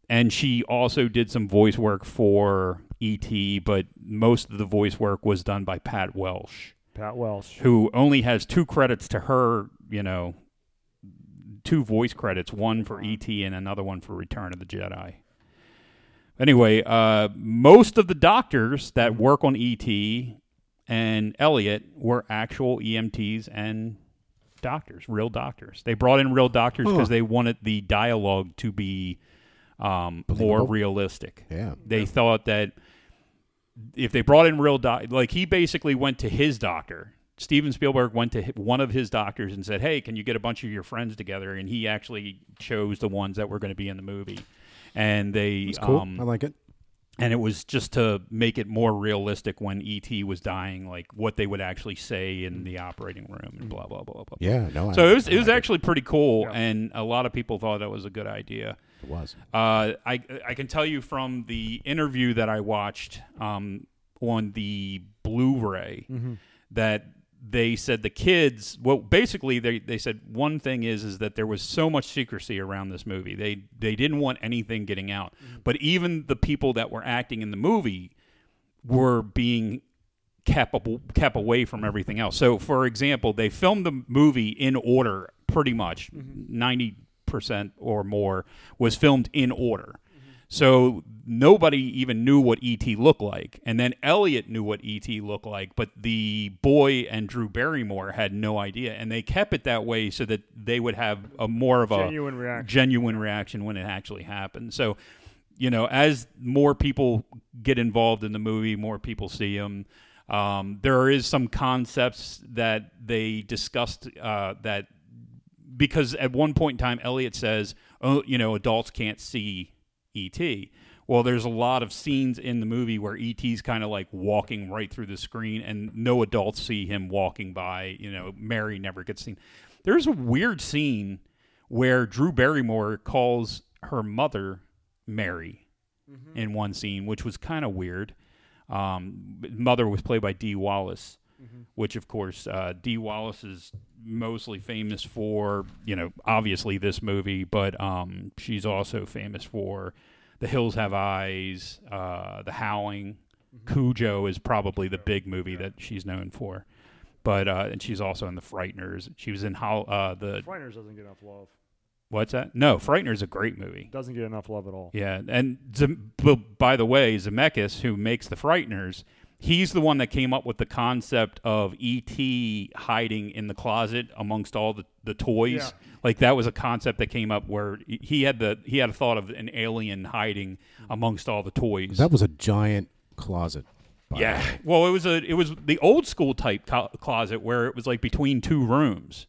[SPEAKER 4] and she also did some voice work for E.T., but most of the voice work was done by Pat Welsh,
[SPEAKER 3] Pat Welsh.
[SPEAKER 4] who only has two credits to her, you know, two voice credits, one for E.T. and another one for Return of the Jedi. Anyway, uh, most of the doctors that work on E.T. and Elliot were actual EMTs and doctors, real doctors. They brought in real doctors because they wanted the dialogue to be um, more
[SPEAKER 5] Believable.
[SPEAKER 4] realistic.
[SPEAKER 5] Yeah.
[SPEAKER 4] They thought that if they brought in real doc, like he basically went to his doctor. Steven Spielberg went to hi- one of his doctors and said, "Hey, can you get a bunch of your friends together?" And he actually chose the ones that were going to be in the movie. And they
[SPEAKER 5] It's cool.
[SPEAKER 4] um,
[SPEAKER 5] I like it.
[SPEAKER 4] and it was just to make it more realistic when ET was dying, like what they would actually say in the operating room and blah blah blah blah. blah.
[SPEAKER 5] Yeah, no. I-
[SPEAKER 4] So it was
[SPEAKER 5] I
[SPEAKER 4] it was
[SPEAKER 5] like
[SPEAKER 4] actually pretty cool, and a lot of people thought that was a good idea.
[SPEAKER 5] it was.
[SPEAKER 4] Uh, I I can tell you from the interview that I watched um, on the Blu-ray that they said the kids. Well, basically they, they said one thing is is that there was so much secrecy around this movie. They they didn't want anything getting out. But even the people that were acting in the movie were being kept, ab- kept away from everything else. So, for example, they filmed the movie in order pretty much.
[SPEAKER 3] Mm-hmm.
[SPEAKER 4] 90% or more was filmed in order. Mm-hmm. So, nobody even knew what E.T. looked like. And then Elliot knew what E.T. looked like, but the boy and Drew Barrymore had no idea. And they kept it that way so that they would have a more of a
[SPEAKER 3] Genuine reaction.
[SPEAKER 4] genuine reaction when it actually happened. So, you know, as more people get involved in the movie, more people see them. Um, there is some concepts that they discussed uh, that because at one point in time, Elliot says, "Oh, you know, adults can't see E.T." Well, there's a lot of scenes in the movie where E.T.'s kind of like walking right through the screen, and no adults see him walking by. You know, Mary never gets seen. There's a weird scene where Drew Barrymore calls her mother Mary in one scene, which was kind of weird. Um, mother was played by Dee Wallace, which of course uh, Dee Wallace is mostly famous for, you know, obviously this movie, but um, she's also famous for The Hills Have Eyes, uh, The Howling. Cujo is probably the big movie that she's known for, but uh, and she's also in The Frighteners. She was in how uh, the
[SPEAKER 3] Frighteners doesn't get enough love.
[SPEAKER 4] what's that? No, Frighteners a great movie.
[SPEAKER 3] Doesn't get enough love at all.
[SPEAKER 4] Yeah, and Zem- well, by the way, Zemeckis, who makes the Frighteners, he's the one that came up with the concept of ET hiding in the closet amongst all the, the toys.
[SPEAKER 3] Yeah.
[SPEAKER 4] Like that was a concept that came up where he had the he had a thought of an alien hiding amongst all the toys.
[SPEAKER 5] That was a giant closet. by the
[SPEAKER 4] yeah, well, it was a it was the old school type co- closet where it was like between two rooms.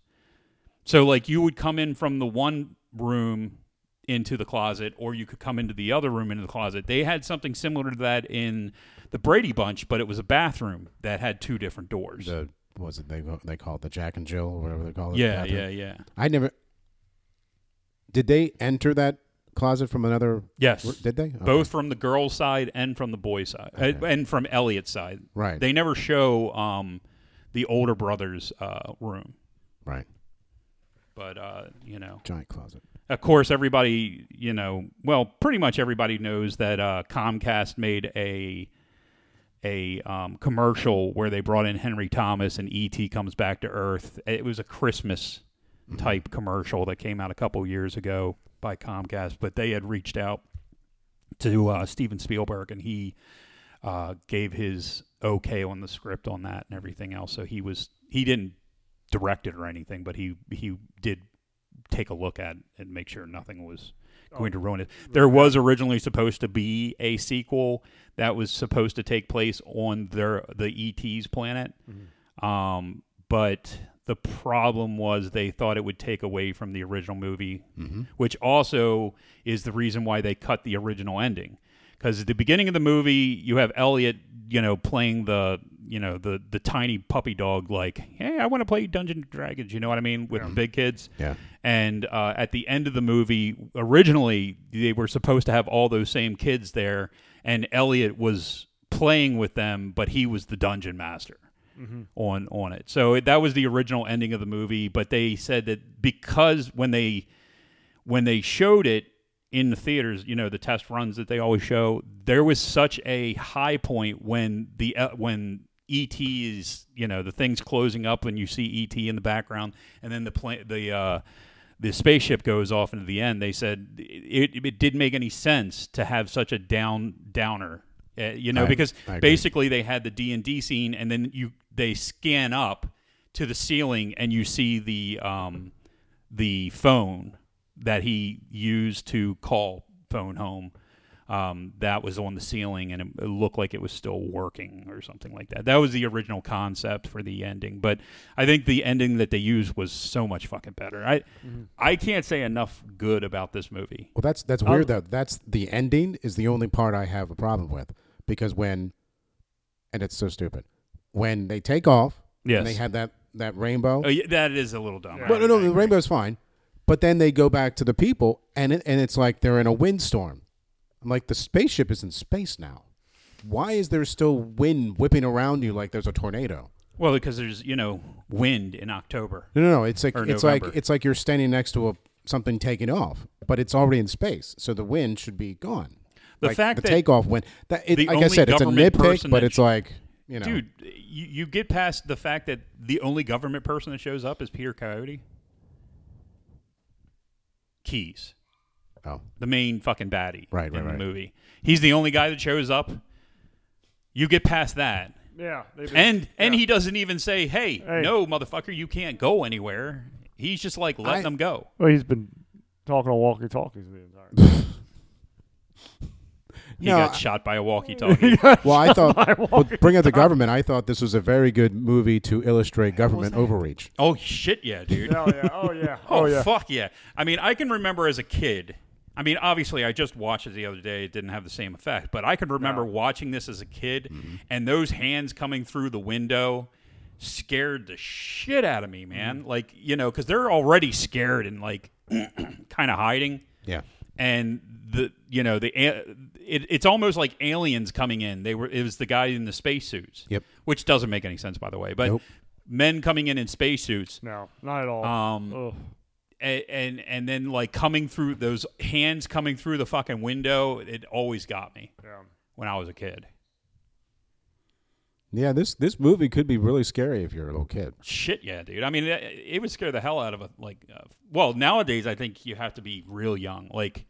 [SPEAKER 4] So like you would come in from the one room into the closet, or you could come into the other room into the closet. They had something similar to that in the Brady Bunch, but it was a bathroom that had two different doors.
[SPEAKER 5] the what was it they they call it the Jack and Jill or whatever they call it.
[SPEAKER 4] yeah,
[SPEAKER 5] bathroom?
[SPEAKER 4] yeah, yeah.
[SPEAKER 5] I never. Did they enter that closet from another?
[SPEAKER 4] Yes.
[SPEAKER 5] where- Did they Okay.
[SPEAKER 4] Both from the girl's side and from the boy's side, uh, and from Elliot's side.
[SPEAKER 5] Right.
[SPEAKER 4] They never show um, the older brother's uh, room,
[SPEAKER 5] Right.
[SPEAKER 4] but uh, you know,
[SPEAKER 5] Giant closet.
[SPEAKER 4] of course, everybody, you know, well, pretty much everybody knows that uh, Comcast made a a um, commercial where they brought in Henry Thomas and ET comes back to Earth. It was a Christmas type commercial that came out a couple years ago by Comcast, but they had reached out to uh, Steven Spielberg and he uh, gave his okay on the script on that and everything else. So he was he didn't direct it or anything, but he he did take a look at it and make sure nothing was going to ruin it. There was originally supposed to be a sequel that was supposed to take place on their the ET's planet, um, but the problem was they thought it would take away from the original movie,
[SPEAKER 5] Mm-hmm.
[SPEAKER 4] which also is the reason why they cut the original ending. Because at the beginning of the movie, you have Elliot, you know, playing the, you know, the the tiny puppy dog, like, hey, I want to play Dungeons and Dragons, you know what I mean, with the big kids.
[SPEAKER 5] Yeah.
[SPEAKER 4] And uh, at the end of the movie, originally they were supposed to have all those same kids there, and Elliot was playing with them, but he was the dungeon master on on it. So it, that was the original ending of the movie, but they said that because when they when they showed it in the theaters, you know, the test runs that they always show, there was such a high point when the uh, when ET is, you know, the thing's closing up and you see ET in the background, and then the plane, the uh, the spaceship goes off into the end. They said it, it didn't make any sense to have such a down downer, uh, you know,
[SPEAKER 5] I-
[SPEAKER 4] because
[SPEAKER 5] I agree.
[SPEAKER 4] basically they had the D and D scene, and then you they scan up to the ceiling and you see the um, the phone that he used to call phone home um, that was on the ceiling and it, it looked like it was still working or something like that. That was the original concept for the ending, but I think the ending that they used was so much fucking better. I
[SPEAKER 5] Mm-hmm.
[SPEAKER 4] I can't say enough good about this movie.
[SPEAKER 5] Well, that's
[SPEAKER 4] Oh.
[SPEAKER 5] that's weird though. That's the ending is the only part I have a problem with because when, and it's so stupid, when they take off,
[SPEAKER 4] Yes.
[SPEAKER 5] and they had that that rainbow.
[SPEAKER 4] Oh, yeah, that is a little dumb.
[SPEAKER 5] Well, no, no, the rainbow's fine, but then they go back to the people, and it, and it's like they're in a windstorm. I'm like, the spaceship is in space now. Why is there still wind whipping around you like there's a tornado?
[SPEAKER 4] Well, because there's you know wind in October.
[SPEAKER 5] No, no, no. It's like
[SPEAKER 4] Or
[SPEAKER 5] it's like
[SPEAKER 4] November.
[SPEAKER 5] it's like you're standing next to a something taking off, but it's already in space, so the wind should be gone.
[SPEAKER 4] The
[SPEAKER 5] Like,
[SPEAKER 4] fact
[SPEAKER 5] the
[SPEAKER 4] that
[SPEAKER 5] takeoff wind. That, it,
[SPEAKER 4] the
[SPEAKER 5] like I
[SPEAKER 4] only
[SPEAKER 5] said, it's a
[SPEAKER 4] government
[SPEAKER 5] nitpick,
[SPEAKER 4] person
[SPEAKER 5] but
[SPEAKER 4] that
[SPEAKER 5] it's
[SPEAKER 4] sh-
[SPEAKER 5] like you know,
[SPEAKER 4] Dude, you, you get past the fact that the only government person that shows up is Peter Coyote. Keys,
[SPEAKER 5] Oh,
[SPEAKER 4] the main fucking baddie
[SPEAKER 5] Right,
[SPEAKER 4] in
[SPEAKER 5] right,
[SPEAKER 4] the
[SPEAKER 5] right.
[SPEAKER 4] movie. He's the only guy that shows up. You get past that.
[SPEAKER 3] Yeah. they've been-
[SPEAKER 4] And and
[SPEAKER 3] yeah.
[SPEAKER 4] he doesn't even say, hey,
[SPEAKER 3] Hey.
[SPEAKER 4] no, motherfucker, you can't go anywhere. He's just like letting
[SPEAKER 5] I-
[SPEAKER 4] them go.
[SPEAKER 3] Well, he's been talking on walkie talkies the entire. time.
[SPEAKER 4] He
[SPEAKER 5] No,
[SPEAKER 4] got
[SPEAKER 5] I-
[SPEAKER 4] shot by a walkie-talkie.
[SPEAKER 5] well, I thought well, bring up the government. I thought this was a very good movie to illustrate government overreach.
[SPEAKER 4] oh, shit, yeah, dude.
[SPEAKER 3] oh yeah. Oh yeah.
[SPEAKER 4] Oh,
[SPEAKER 3] Oh yeah.
[SPEAKER 4] fuck yeah. I mean, I can remember as a kid. I mean, obviously, I just watched it the other day. It didn't have the same effect, but I could remember watching this as a kid,
[SPEAKER 5] Mm-hmm.
[SPEAKER 4] and those hands coming through the window scared the shit out of me, man.
[SPEAKER 5] Mm-hmm.
[SPEAKER 4] Like, you know, because they're already scared and like kind of hiding
[SPEAKER 5] Yeah,
[SPEAKER 4] and the you know the a- it, it's almost like aliens coming in. They were it was the guy in the spacesuits.
[SPEAKER 5] Yep.
[SPEAKER 4] Which doesn't make any sense, by the way. But
[SPEAKER 5] Nope.
[SPEAKER 4] men coming in in spacesuits
[SPEAKER 3] No, not at all.
[SPEAKER 4] Um,
[SPEAKER 3] Ugh.
[SPEAKER 4] and, and and then like coming through those hands coming through the fucking window, it always got me
[SPEAKER 3] Yeah.
[SPEAKER 4] when I was a kid.
[SPEAKER 5] yeah. This this movie could be really scary if you're a little kid.
[SPEAKER 4] Shit, yeah, dude. I mean, it, it would scare the hell out of a like. Uh, well, nowadays I think you have to be real young. Like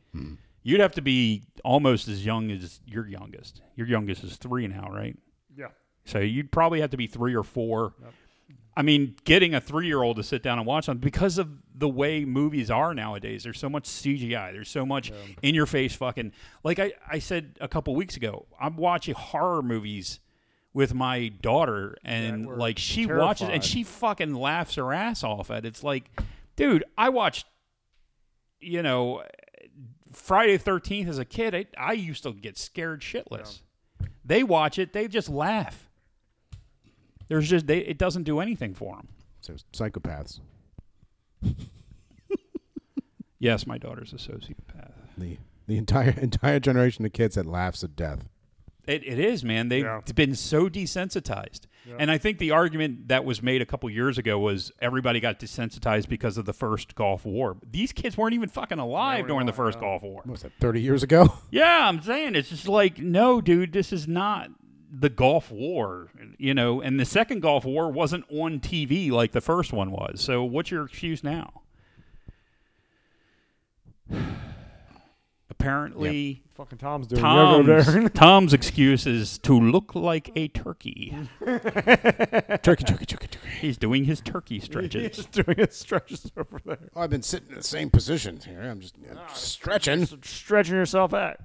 [SPEAKER 4] you'd have to be almost as young as your youngest. Your youngest is three now, right?
[SPEAKER 3] Yeah.
[SPEAKER 4] So you'd probably have to be three or four. I mean, getting a three year old to sit down and watch them because of the way movies are nowadays, there's so much CGI, there's so much in your face fucking. Like I, I said a couple weeks ago, I'm watching horror movies with my daughter, and
[SPEAKER 3] we're
[SPEAKER 4] like she watches and
[SPEAKER 3] terrified.
[SPEAKER 4] she fucking laughs her ass off at it. It's like, dude, I watched, you know, Friday 13th as a kid. I, I used to get scared shitless. They watch it, they just laugh. There's just they, it doesn't do anything for them.
[SPEAKER 5] So psychopaths.
[SPEAKER 4] Yes, my daughter's a sociopath.
[SPEAKER 5] The the entire entire generation of kids that laughs at death.
[SPEAKER 4] It, it is, man. They've
[SPEAKER 3] Yeah.
[SPEAKER 4] been so desensitized. And I think the argument that was made a couple years ago was everybody got desensitized because of the first Gulf War. These kids weren't even fucking alive during the first Gulf War.
[SPEAKER 5] What was that? Thirty years ago.
[SPEAKER 4] Yeah, I'm saying it's just like, no, dude, this is not the Gulf War, you know, and the second Gulf War wasn't on TV like the first one was. So what's your excuse now? Apparently,
[SPEAKER 3] Fucking Tom's doing yoga over there.
[SPEAKER 4] Tom's, Tom's excuse is to look like a turkey.
[SPEAKER 5] turkey, turkey, turkey, turkey.
[SPEAKER 4] He's doing his turkey stretches.
[SPEAKER 3] He's doing his stretches over there.
[SPEAKER 5] Oh, I've been sitting in the same position here. I'm just I'm stretching.
[SPEAKER 3] Stretching yourself out.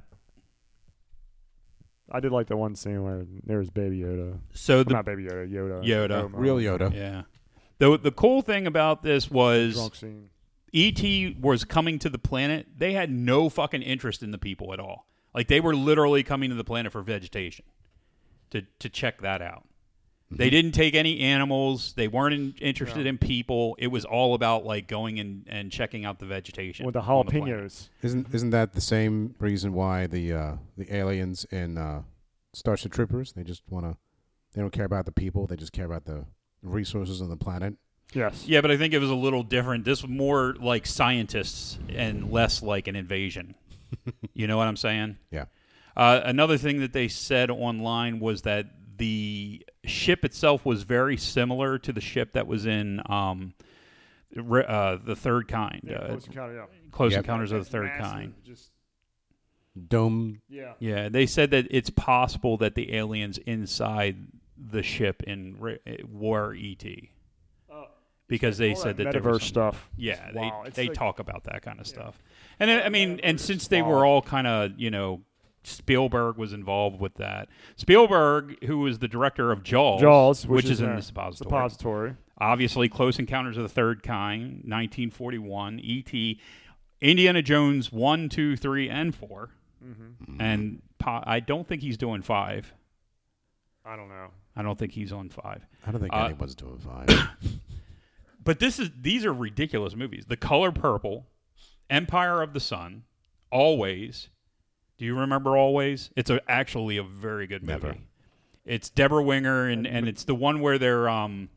[SPEAKER 3] I did like the one scene where there was Baby Yoda.
[SPEAKER 4] So
[SPEAKER 3] Well,
[SPEAKER 4] the
[SPEAKER 3] not Baby Yoda. Yoda.
[SPEAKER 4] Yoda.
[SPEAKER 3] Omo.
[SPEAKER 5] Real Yoda.
[SPEAKER 4] yeah. The, the cool thing about this was
[SPEAKER 3] drunk scene.
[SPEAKER 4] ET E was coming to the planet, they had no fucking interest in the people at all. Like they were literally coming to the planet for vegetation to to check that out. They didn't take any animals. They weren't in, interested in people. It was all about like going and, and checking out the vegetation
[SPEAKER 3] With the
[SPEAKER 4] on planet.
[SPEAKER 3] jalapenos.
[SPEAKER 5] Isn't isn't that the same reason why the uh, the aliens in uh, Starship Troopers they just want to they don't care about the people they just care about the resources on the planet.
[SPEAKER 3] yes.
[SPEAKER 4] Yeah, but I think it was a little different. This was more like scientists and less like an invasion. you know what I'm saying?
[SPEAKER 5] Yeah.
[SPEAKER 4] Uh, another thing that they said online was that the ship itself was very similar to the ship that was in um, re- uh, the third kind, uh,
[SPEAKER 3] Close encounter, yeah.
[SPEAKER 4] Close
[SPEAKER 5] Yep.
[SPEAKER 4] Encounters of the Third
[SPEAKER 3] Massive,
[SPEAKER 4] Kind.
[SPEAKER 3] Just
[SPEAKER 5] Dome.
[SPEAKER 3] yeah.
[SPEAKER 4] Yeah, they said that it's possible that the aliens inside the ship in re- eh, E were ET
[SPEAKER 3] Uh,
[SPEAKER 4] because they
[SPEAKER 3] All
[SPEAKER 4] said that there was
[SPEAKER 3] metaverse
[SPEAKER 4] some-
[SPEAKER 3] stuff.
[SPEAKER 4] Yeah, they
[SPEAKER 3] Wow, it's
[SPEAKER 4] they
[SPEAKER 3] like-
[SPEAKER 4] talk about that kind of stuff. And I I mean, and since they
[SPEAKER 3] Wow.
[SPEAKER 4] were all kind of you know Spielberg was involved with that. Spielberg, who was the director of Jaws,
[SPEAKER 3] Jaws,
[SPEAKER 4] which,
[SPEAKER 3] which,
[SPEAKER 4] is, in
[SPEAKER 3] there.
[SPEAKER 4] the suppository.
[SPEAKER 3] Suppository.
[SPEAKER 4] Obviously, Close Encounters of the Third Kind, 1941, E.T., Indiana Jones 1, 2, 3, and 4.
[SPEAKER 3] Mm-hmm.
[SPEAKER 4] And po- I don't think he's doing 5.
[SPEAKER 3] I don't know.
[SPEAKER 4] I don't think he's on 5.
[SPEAKER 5] I don't think
[SPEAKER 4] Uh,
[SPEAKER 5] anyone's doing five.
[SPEAKER 4] But this is these are ridiculous movies. The Color Purple, Empire of the Sun, Always. Do you remember Always? It's a, actually a very good movie.
[SPEAKER 5] Never.
[SPEAKER 4] It's Deborah Winger and, and it's the one where they're um,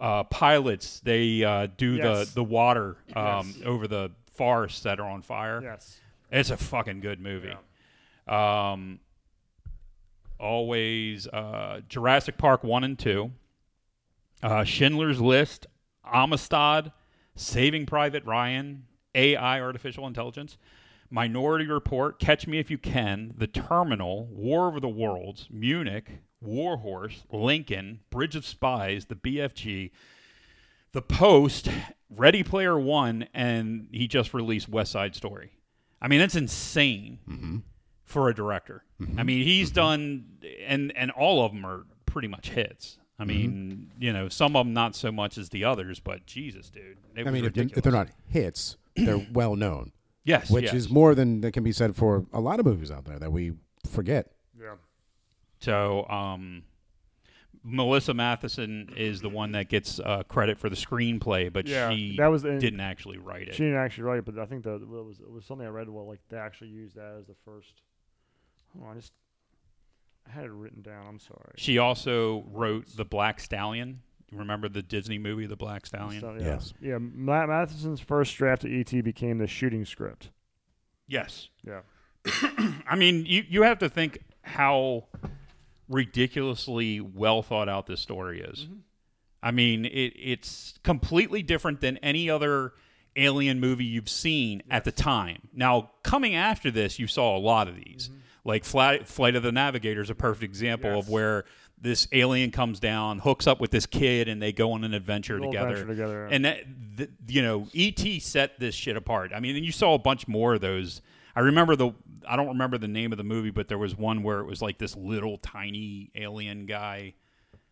[SPEAKER 4] uh, pilots. They uh, do
[SPEAKER 3] Yes.
[SPEAKER 4] the the water um,
[SPEAKER 3] Yes.
[SPEAKER 4] over the forests that are on fire.
[SPEAKER 3] Yes.
[SPEAKER 4] It's a fucking good movie. Um, always uh, Jurassic Park one and two, uh, Schindler's List, Amistad, Saving Private Ryan, AI artificial intelligence, Minority Report, Catch Me If You Can, The Terminal, War of the Worlds, Munich, Warhorse, Lincoln, Bridge of Spies, The BFG, The Post, Ready Player One, and he just released West Side Story. I mean, that's insane
[SPEAKER 5] Mm-hmm.
[SPEAKER 4] for a director. I mean, he's done, and and all of them are pretty much hits.
[SPEAKER 5] Mm-hmm.
[SPEAKER 4] I mean, you know, some of them not so much as the others, but Jesus, dude, it
[SPEAKER 5] I
[SPEAKER 4] was
[SPEAKER 5] mean, if they're,
[SPEAKER 4] ridiculous.
[SPEAKER 5] if they're not hits, they're well known,
[SPEAKER 4] yes,
[SPEAKER 5] which
[SPEAKER 4] yes.
[SPEAKER 5] is more than that can be said for a lot of movies out there that we forget.
[SPEAKER 3] Yeah.
[SPEAKER 4] So um, Melissa Matheson is the one that gets uh, credit for the screenplay, but
[SPEAKER 3] Yeah,
[SPEAKER 4] she
[SPEAKER 3] that was the-
[SPEAKER 4] didn't actually write it.
[SPEAKER 3] She didn't actually write it, but I think the it was it was something I read. Well, like they actually used that as the first. Hold on, I just I had it written down. I'm sorry.
[SPEAKER 4] She also wrote The Black Stallion. Remember the Disney movie The Black Stallion?
[SPEAKER 3] So, yeah.
[SPEAKER 5] Yes.
[SPEAKER 3] Yeah. Matt Matheson's first draft of ET became the shooting script.
[SPEAKER 4] yes.
[SPEAKER 3] Yeah.
[SPEAKER 4] I mean, you, you have to think how ridiculously well thought out this story is.
[SPEAKER 3] Mm-hmm.
[SPEAKER 4] I mean, it, it's completely different than any other alien movie you've seen at the time. Now, coming after this, you saw a lot of these. Like Flight, Flight of the Navigator is a perfect example of
[SPEAKER 3] Mm-hmm. Yes.
[SPEAKER 4] where this alien comes down, hooks up with this kid, and they go on an adventure
[SPEAKER 3] Little
[SPEAKER 4] together.
[SPEAKER 3] adventure together, yeah.
[SPEAKER 4] And that, th- you know, ET set this shit apart. I mean, and you saw a bunch more of those. I remember the, I don't remember the name of the movie, but there was one where it was like this little tiny alien guy.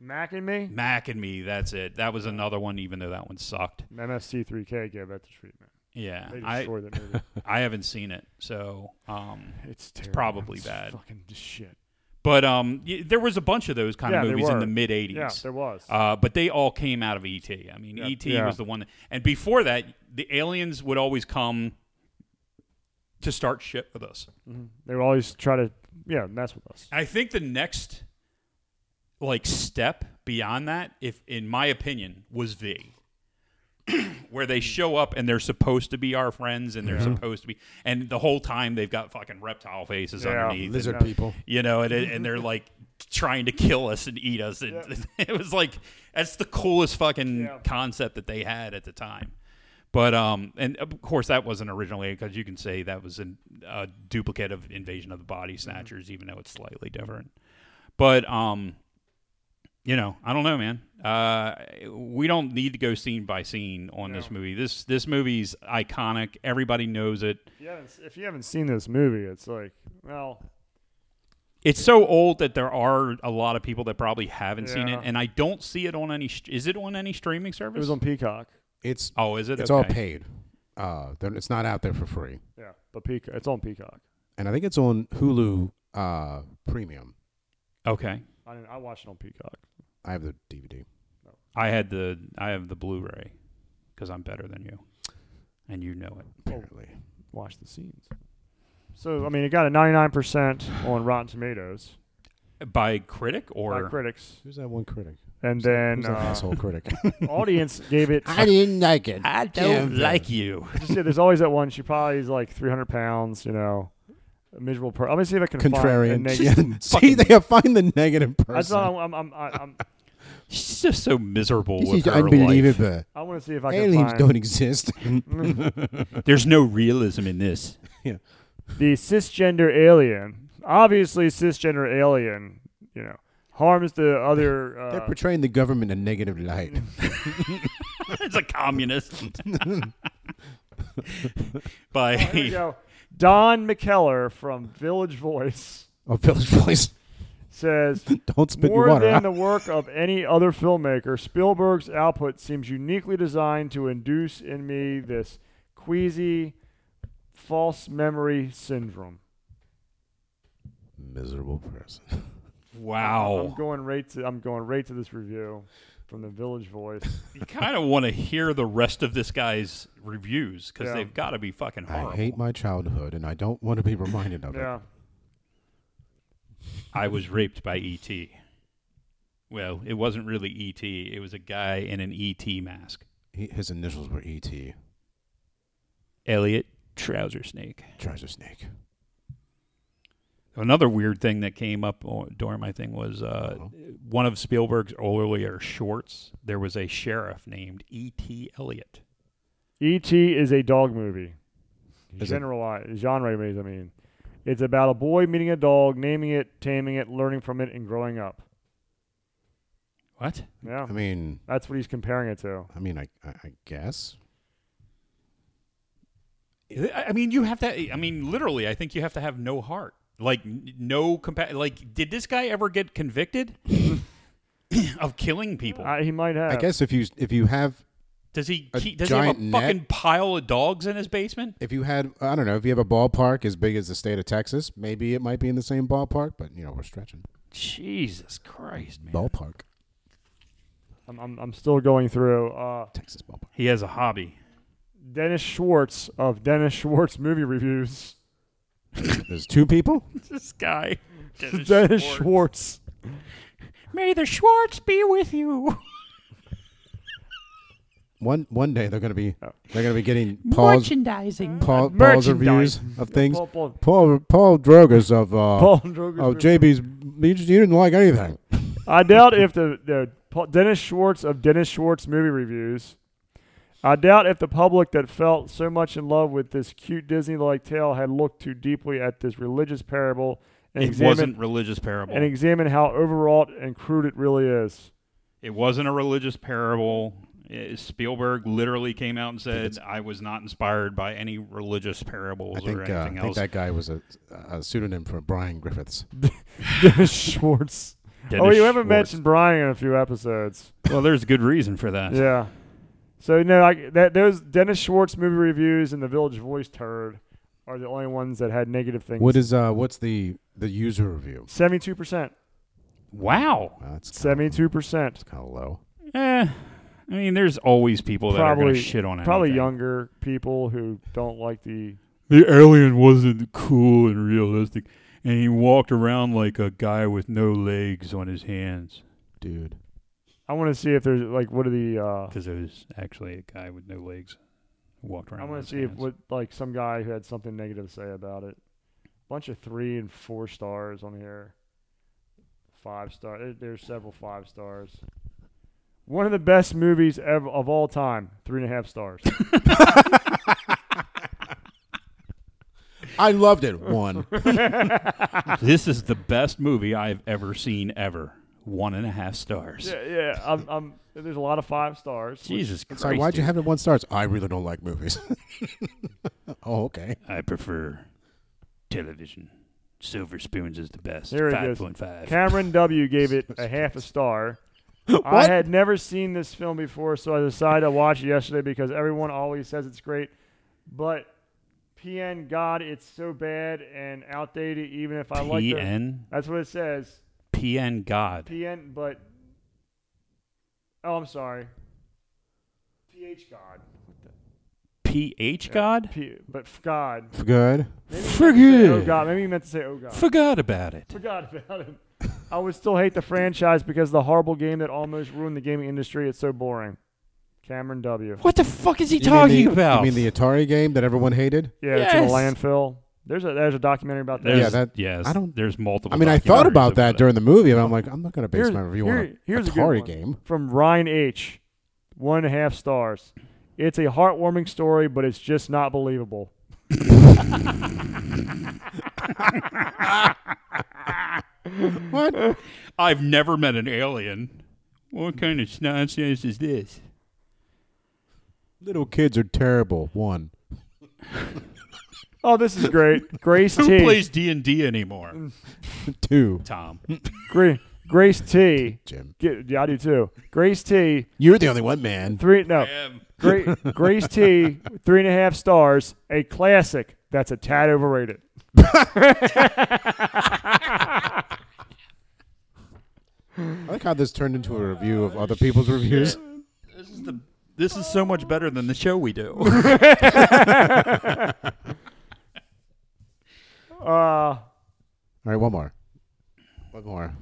[SPEAKER 3] Mac and me.
[SPEAKER 4] Mac and me, that's it. That was another one, even though that one sucked.
[SPEAKER 3] MST3K gave that the treatment.
[SPEAKER 4] Yeah,
[SPEAKER 3] They
[SPEAKER 4] I
[SPEAKER 3] destroyed that movie.
[SPEAKER 4] I haven't seen it, so um,
[SPEAKER 3] It's terrible.
[SPEAKER 4] probably
[SPEAKER 3] It's
[SPEAKER 4] bad.
[SPEAKER 3] Fucking shit.
[SPEAKER 4] but um, y- there was a bunch of those kind
[SPEAKER 3] Yeah,
[SPEAKER 4] of
[SPEAKER 3] there
[SPEAKER 4] movies in
[SPEAKER 3] were.
[SPEAKER 4] the mid '80s.
[SPEAKER 3] Yeah, there was.
[SPEAKER 4] Uh, but they all came out of ET. I mean,
[SPEAKER 3] Yeah.
[SPEAKER 4] ET
[SPEAKER 3] Yeah.
[SPEAKER 4] was the one, that, and before that, the aliens would always come to start shit with us.
[SPEAKER 3] they would always try to yeah mess with us.
[SPEAKER 4] I think the next like step beyond that, if in my opinion, was V. Where they show up and they're supposed to be our friends and they're
[SPEAKER 3] Mm-hmm.
[SPEAKER 4] supposed to be and the whole time they've got fucking reptile faces
[SPEAKER 3] Yeah.
[SPEAKER 4] underneath. and-
[SPEAKER 5] Lizard
[SPEAKER 3] Yeah.
[SPEAKER 5] people.
[SPEAKER 4] you know, and, and they're like trying to kill us and eat us. And it was like that's the coolest fucking
[SPEAKER 3] Yeah.
[SPEAKER 4] concept that they had at the time. But um, and of course that wasn't originally because you can say that was an, a duplicate of Invasion of the Body Snatchers, even though it's slightly different. But um, you know, I don't know, man. Uh, we don't need to go scene by scene on this movie. This this movie's iconic. Everybody knows it.
[SPEAKER 3] If you, haven't, if you haven't seen this movie, it's like well,
[SPEAKER 4] It's so old that there are a lot of people that probably haven't seen it,
[SPEAKER 3] Yeah.
[SPEAKER 4] and I don't see it on any. st- Is it on any streaming service?
[SPEAKER 3] it was on Peacock.
[SPEAKER 5] It's
[SPEAKER 4] oh, is it?
[SPEAKER 5] it's
[SPEAKER 4] okay.
[SPEAKER 5] all paid. Uh, they're- it's not out there for free,
[SPEAKER 3] Yeah, but Peacock. It's on Peacock.
[SPEAKER 5] and I think it's on Hulu uh, Premium.
[SPEAKER 4] Okay,
[SPEAKER 3] I didn't, I watched it on Peacock.
[SPEAKER 5] I have the DVD.
[SPEAKER 4] I had the I have the Blu-ray because I'm better than you, and you know it.
[SPEAKER 5] Apparently,
[SPEAKER 3] Watch the scenes. So I mean, it got a 99% on Rotten Tomatoes
[SPEAKER 4] By critic or
[SPEAKER 3] by critics,
[SPEAKER 5] who's that one critic?
[SPEAKER 3] and
[SPEAKER 5] Who's
[SPEAKER 3] then
[SPEAKER 5] that
[SPEAKER 3] uh,
[SPEAKER 5] asshole critic?
[SPEAKER 3] audience gave it.
[SPEAKER 5] didn't like it.
[SPEAKER 4] I don't like you.
[SPEAKER 3] just, yeah, there's always that one. She probably is like 300 pounds. You know, a miserable person. Let me see if I can
[SPEAKER 5] Contrarian.
[SPEAKER 3] Find a negative.
[SPEAKER 5] See, they find the negative person.
[SPEAKER 3] That's not. I'm. I'm. I'm. I'm
[SPEAKER 4] She's just so miserable with her life.
[SPEAKER 3] I want to see if I can
[SPEAKER 5] Aliens
[SPEAKER 3] find
[SPEAKER 5] don't exist.
[SPEAKER 4] There's no realism in this.
[SPEAKER 3] the cisgender alien. Obviously, cisgender alien. You know, harms the other.
[SPEAKER 5] They're
[SPEAKER 3] Uh,
[SPEAKER 5] portraying the government in a negative light.
[SPEAKER 4] it's a communist.
[SPEAKER 3] here we
[SPEAKER 4] By
[SPEAKER 3] go. Don McKellar from Village Voice
[SPEAKER 5] Oh, Village Voice.
[SPEAKER 3] says
[SPEAKER 5] Don't spit
[SPEAKER 3] more
[SPEAKER 5] your water
[SPEAKER 3] than
[SPEAKER 5] out.
[SPEAKER 3] the work of any other filmmaker, Spielberg's output seems uniquely designed to induce in me this queasy false memory syndrome.
[SPEAKER 5] Miserable person.
[SPEAKER 3] I'm
[SPEAKER 5] Oh.
[SPEAKER 4] Wow.
[SPEAKER 3] going right to I'm going right to this review from the Village Voice.
[SPEAKER 4] You kind of want to hear the rest of this guy's reviews because
[SPEAKER 3] Yeah.
[SPEAKER 4] they've got to be fucking horrible.
[SPEAKER 5] I hate my childhood, and I don't want to be reminded of
[SPEAKER 3] yeah.
[SPEAKER 5] it.
[SPEAKER 4] I was raped by ET. Well, it wasn't really ET. It was a guy in an ET mask.
[SPEAKER 5] He, his initials were E E.T.
[SPEAKER 4] Elliot Trouser Snake.
[SPEAKER 5] Trouser Snake.
[SPEAKER 4] Another weird thing that came up o- during my thing was uh,
[SPEAKER 5] Uh-huh.
[SPEAKER 4] one of Spielberg's earlier shorts. There was a sheriff named E.T. Elliot.
[SPEAKER 3] E.T. E is a dog movie.
[SPEAKER 5] Is it?
[SPEAKER 3] Generalized genre movies, I mean. It's about a boy meeting a dog, naming it, taming it, learning from it, and growing up.
[SPEAKER 4] What?
[SPEAKER 3] Yeah.
[SPEAKER 5] I mean,
[SPEAKER 3] That's what he's comparing it to.
[SPEAKER 5] I mean, I, I, I guess.
[SPEAKER 4] I I mean, you have to. I mean, literally, I think you have to have no heart. Like n- no compa- Like, did this guy ever get convicted of killing people?
[SPEAKER 3] I, he might have.
[SPEAKER 5] I guess if you if you have
[SPEAKER 4] Does he?
[SPEAKER 5] A
[SPEAKER 4] Keep, does he have a
[SPEAKER 5] giant net?
[SPEAKER 4] fucking pile of dogs in his basement?
[SPEAKER 5] if you had I don't know if you have a ballpark as big as the state of Texas, maybe it might be in the same ballpark. But you know, we're stretching.
[SPEAKER 4] Jesus Christ, man!
[SPEAKER 5] Ballpark,
[SPEAKER 3] I'm, I'm, I'm still going through. Uh,
[SPEAKER 5] Texas ballpark.
[SPEAKER 4] He has a hobby.
[SPEAKER 3] Dennis Schwartz of Dennis Schwartz Movie Reviews.
[SPEAKER 5] There's two people.
[SPEAKER 4] This guy. Dennis
[SPEAKER 3] Dennis
[SPEAKER 4] Schwartz.
[SPEAKER 3] Schwartz.
[SPEAKER 4] May the Schwartz be with you.
[SPEAKER 5] One one day they're gonna be
[SPEAKER 3] Oh.
[SPEAKER 5] they're gonna be getting Paul's
[SPEAKER 4] Merchandising.
[SPEAKER 5] Paul, Paul's
[SPEAKER 3] Merchandise.
[SPEAKER 5] reviews of things.
[SPEAKER 3] Paul, Paul,
[SPEAKER 5] Paul Paul Drogas of uh,
[SPEAKER 3] Paul Droger's
[SPEAKER 5] of
[SPEAKER 3] review.
[SPEAKER 5] JB's. You, just, you didn't like anything.
[SPEAKER 3] I doubt if the, the Paul, Dennis Schwartz of Dennis Schwartz Movie Reviews. I doubt if the public that felt so much in love with this cute Disney-like tale had looked too deeply at this religious parable and
[SPEAKER 4] It wasn't
[SPEAKER 3] examined
[SPEAKER 4] religious parable.
[SPEAKER 3] and examined how overwrought and crude it really is.
[SPEAKER 4] it wasn't a religious parable. Eh, Spielberg literally came out and said, "I was not inspired by any religious parables
[SPEAKER 5] I think
[SPEAKER 4] or
[SPEAKER 5] uh, I
[SPEAKER 4] anything
[SPEAKER 5] think
[SPEAKER 4] else."
[SPEAKER 5] that guy was a, a pseudonym for Brian Griffiths.
[SPEAKER 3] Dennis Schwartz. oh,
[SPEAKER 4] Dennis
[SPEAKER 3] you haven't
[SPEAKER 4] Schwartz.
[SPEAKER 3] mentioned Brian in a few episodes.
[SPEAKER 4] Well, there's good reason for that.
[SPEAKER 3] Yeah. So no, I, that those Dennis Schwartz movie reviews and the Village Voice turd are the only ones that had negative things.
[SPEAKER 5] What is uh what's the the user review?
[SPEAKER 3] seventy-two percent?
[SPEAKER 4] Wow.
[SPEAKER 5] Well, that's
[SPEAKER 3] Seventy-two percent.
[SPEAKER 5] Kind of low.
[SPEAKER 4] Eh, I mean, there's always people that are
[SPEAKER 3] Probably
[SPEAKER 4] going to shit on it.
[SPEAKER 3] Probably younger people who don't like the.
[SPEAKER 4] The alien wasn't cool and realistic, and he walked around like a guy with no legs on his hands.
[SPEAKER 5] dude.
[SPEAKER 3] I want to see if there's like what are the. Uh,
[SPEAKER 4] Because it was actually a guy with no legs who walked around.
[SPEAKER 3] I
[SPEAKER 4] on
[SPEAKER 3] want
[SPEAKER 4] his
[SPEAKER 3] to see if
[SPEAKER 4] hands.
[SPEAKER 3] what like some guy who had something negative to say about it. Bunch of three and four stars on here. Five star. there- There's several five stars. One of the best movies ever of all time. Three and a half stars.
[SPEAKER 5] I loved it. One.
[SPEAKER 4] this is the best movie I've ever seen ever. One and a half stars.
[SPEAKER 3] Yeah, yeah. I'm, I'm, there's a lot of five stars.
[SPEAKER 4] Jesus Christ!
[SPEAKER 5] Sorry, why'd you
[SPEAKER 4] dude.
[SPEAKER 5] have it one stars? I really don't like movies. oh, okay.
[SPEAKER 4] I prefer television. Silver Spoons is the best.
[SPEAKER 3] Here it
[SPEAKER 4] Five
[SPEAKER 3] goes.
[SPEAKER 4] point five.
[SPEAKER 3] Cameron W. gave it a half a star. I
[SPEAKER 5] What?
[SPEAKER 3] had never seen this film before, so I decided to watch it yesterday because everyone always says it's great. But PN, God, it's so bad and outdated, even if I like it.
[SPEAKER 4] PN
[SPEAKER 3] That's what it says.
[SPEAKER 4] PN God.
[SPEAKER 3] PN, but. Oh, I'm sorry. PH God.
[SPEAKER 4] PH God.
[SPEAKER 3] P, but f- God.
[SPEAKER 5] For good.
[SPEAKER 3] Maybe you meant to say, oh,
[SPEAKER 4] Forget.
[SPEAKER 3] God. Maybe you meant to say, oh, God.
[SPEAKER 4] Forgot about it.
[SPEAKER 3] forgot about him. I would still hate the franchise because of the horrible game that almost ruined the gaming industry. It's so boring. Cameron W.
[SPEAKER 4] What the fuck is he
[SPEAKER 5] You mean
[SPEAKER 4] talking
[SPEAKER 5] the-
[SPEAKER 4] about?
[SPEAKER 5] You mean the Atari game that everyone hated?
[SPEAKER 3] Yeah, it's in a
[SPEAKER 4] Yes.
[SPEAKER 3] landfill. There's a there's a documentary about that.
[SPEAKER 4] There's,
[SPEAKER 5] Yeah, that-
[SPEAKER 4] yes.
[SPEAKER 5] I don't-
[SPEAKER 4] There's multiple.
[SPEAKER 5] I mean, I thought
[SPEAKER 4] documentaries
[SPEAKER 5] about that during the movie, and I'm like, I'm not going to base
[SPEAKER 3] Here's-
[SPEAKER 5] my review
[SPEAKER 3] here-
[SPEAKER 5] on a
[SPEAKER 3] here's a good
[SPEAKER 5] Atari
[SPEAKER 3] one.
[SPEAKER 5] game.
[SPEAKER 3] From Ryan H. One and a half stars. It's a heartwarming story, but it's just not believable.
[SPEAKER 5] What?
[SPEAKER 4] I've never met an alien. What kind of nonsense is this?
[SPEAKER 5] Little kids are terrible. One.
[SPEAKER 3] Oh, this is great. Grace
[SPEAKER 4] Who
[SPEAKER 3] T.
[SPEAKER 4] plays D and D anymore?
[SPEAKER 5] Two,
[SPEAKER 4] Tom.
[SPEAKER 3] Gra- Grace T.
[SPEAKER 5] Jim.
[SPEAKER 3] Get, yeah, I do too. Grace T.
[SPEAKER 5] You're the only one, man.
[SPEAKER 3] Three no.
[SPEAKER 4] Um,
[SPEAKER 3] Gra- Grace T. Three and a half stars. A classic. That's a tad overrated.
[SPEAKER 5] I like how this turned into a review of other people's reviews.
[SPEAKER 4] this is the. This is so much better than the show we do.
[SPEAKER 3] Uh,
[SPEAKER 5] All right, one more. One more.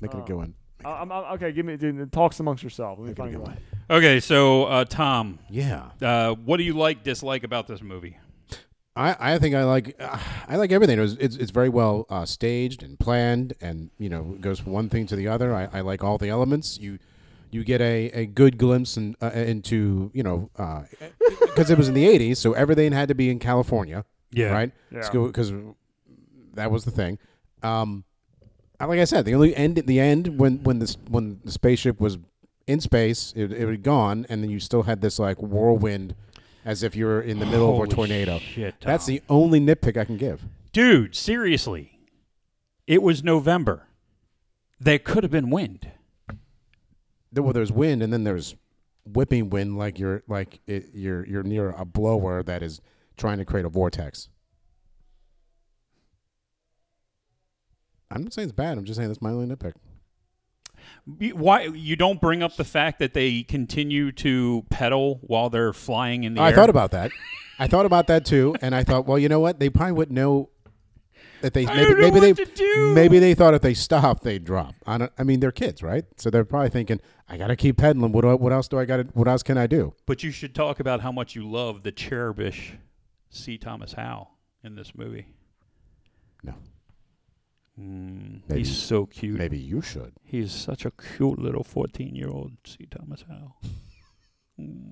[SPEAKER 5] Make it a good one.
[SPEAKER 3] I- I'm, I'm, okay. Give me dude, talks amongst yourself. Let me
[SPEAKER 5] Make it a
[SPEAKER 3] find
[SPEAKER 5] good
[SPEAKER 3] one.
[SPEAKER 5] one.
[SPEAKER 4] okay, so uh, Tom,
[SPEAKER 5] Yeah.
[SPEAKER 4] uh, what do you like, dislike about this movie?
[SPEAKER 5] I, I think I like uh, I like everything. It was, it's it's very well uh, staged and planned, and you know goes from one thing to the other. I, I like all the elements. You you get a, a good glimpse in, uh, into you know because it was in the '80s, so everything had to be in California.
[SPEAKER 4] Yeah.
[SPEAKER 5] right.
[SPEAKER 3] Yeah.
[SPEAKER 5] because that was the thing. Um, I- like I said, the only end at the end when when this when the spaceship was in space, it it had gone, and then you still had this like whirlwind. As if you were in the middle
[SPEAKER 4] Holy
[SPEAKER 5] of a tornado.
[SPEAKER 4] shit,
[SPEAKER 5] That's
[SPEAKER 4] Tom.
[SPEAKER 5] the only nitpick I can give.
[SPEAKER 4] Dude, seriously. It was November. There could have been wind.
[SPEAKER 5] There, well, there's wind, and then there's whipping wind, like you're like it, you're you're near a blower that is trying to create a vortex. I'm not saying it's bad. I'm just saying that's my only nitpick.
[SPEAKER 4] You- Why you don't bring up the fact that they continue to pedal while they're flying in the
[SPEAKER 5] I
[SPEAKER 4] air?
[SPEAKER 5] thought about that. I thought about that too, and I thought, well, you know what? They probably wouldn't know that they
[SPEAKER 4] I
[SPEAKER 5] maybe
[SPEAKER 4] don't know
[SPEAKER 5] maybe
[SPEAKER 4] what
[SPEAKER 5] they
[SPEAKER 4] to do.
[SPEAKER 5] maybe they thought if they stopped they'd drop. I don't. I mean, they're kids, right? So they're probably thinking, I gotta keep pedaling. What do I, what else do I got? to What else can I do?
[SPEAKER 4] But you should talk about how much you love the cherubish C. Thomas Howe in this movie.
[SPEAKER 5] No,
[SPEAKER 4] Mm, He's so cute.
[SPEAKER 5] maybe you should.
[SPEAKER 4] He's such a cute little 14 year old C. Thomas Howe.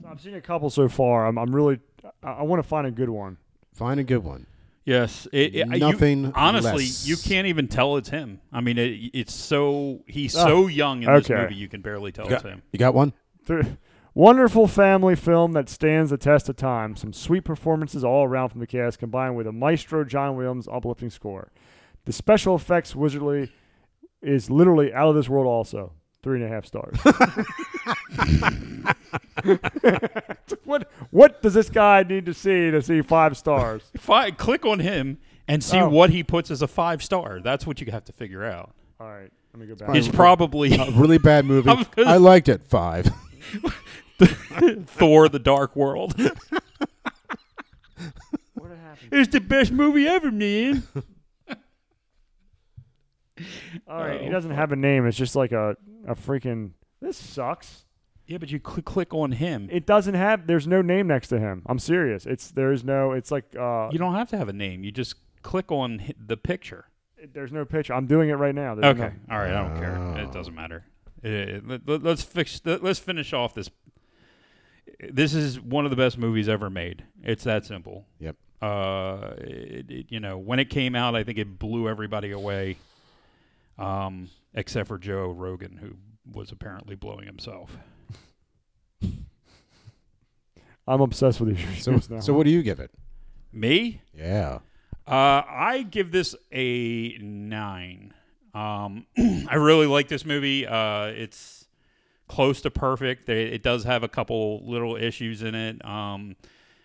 [SPEAKER 3] I've seen a couple so far. I'm, I'm really. I, I want to find a good one.
[SPEAKER 5] Find a good one.
[SPEAKER 4] Yes, it, it- you-
[SPEAKER 5] Nothing
[SPEAKER 4] honestly,
[SPEAKER 5] less.
[SPEAKER 4] you can't even tell it's him. I mean, it, it's so he's
[SPEAKER 3] Ah,
[SPEAKER 4] so young in this
[SPEAKER 3] okay.
[SPEAKER 4] movie, you can barely tell it's him.
[SPEAKER 5] You got one?
[SPEAKER 3] Th- Wonderful family film that stands the test of time. Some sweet performances all around from the cast, combined with a maestro John Williams uplifting score. The special effects wizardly is literally out of this world. Also, three and a half stars. what what does this guy need to see to see five stars?
[SPEAKER 4] Fi click on him and see
[SPEAKER 3] Oh.
[SPEAKER 4] what he puts as a five star. That's what you have to figure out.
[SPEAKER 3] All right, let me go
[SPEAKER 4] He's
[SPEAKER 3] back.
[SPEAKER 4] probably
[SPEAKER 5] A really bad movie.
[SPEAKER 4] I'm gonna-
[SPEAKER 5] I liked it. Five.
[SPEAKER 4] Thor: The Dark World.
[SPEAKER 3] What happened?
[SPEAKER 4] it's the best movie ever, man.
[SPEAKER 3] All right, he
[SPEAKER 4] Oh,
[SPEAKER 3] doesn't have a name. It's just like a a freaking. This sucks.
[SPEAKER 4] yeah, but you click click on him.
[SPEAKER 3] It doesn't have. There's no name next to him. I'm serious. It's there is no. It's like uh,
[SPEAKER 4] you don't have to have a name. You just click on hi- the picture.
[SPEAKER 3] there's no picture. I'm doing it right now. There's
[SPEAKER 4] Okay. Oh. All right. I don't care. It doesn't matter. Uh, let- let, us fix. Let, us finish off this. This is one of the best movies ever made. It's that simple.
[SPEAKER 5] Yep.
[SPEAKER 4] Uh, it, it- you know, when it came out, I think it blew everybody away, um, except for Joe Rogan, who was apparently blowing himself.
[SPEAKER 3] No, I'm obsessed with these
[SPEAKER 5] So,
[SPEAKER 3] reviews now.
[SPEAKER 5] so what do you give it?
[SPEAKER 4] Me?
[SPEAKER 5] Yeah.
[SPEAKER 4] Uh, I give this a nine. Um, I really like this movie. Uh, it's close to perfect. They- It does have a couple little issues in it. Um,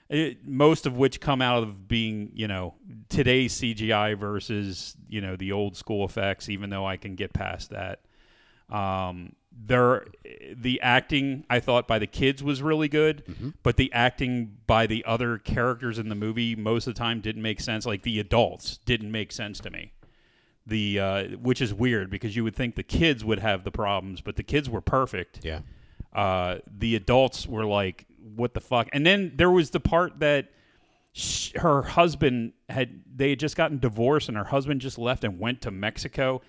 [SPEAKER 4] it, most of which come out of being, you know, today's CGI versus, you know, the old school effects, even though I can get past that. Um, there, the acting I thought by the kids was really good, but the acting by the other characters in the movie most of the time didn't make sense. Like the adults didn't make sense to me. The uh, which is weird because you would think the kids would have the problems, but the kids were perfect
[SPEAKER 5] Yeah.
[SPEAKER 4] uh, the adults were like, "What the fuck?" And then there was the part that sh- her husband had they had just gotten divorced, and her husband just left and went to Mexico.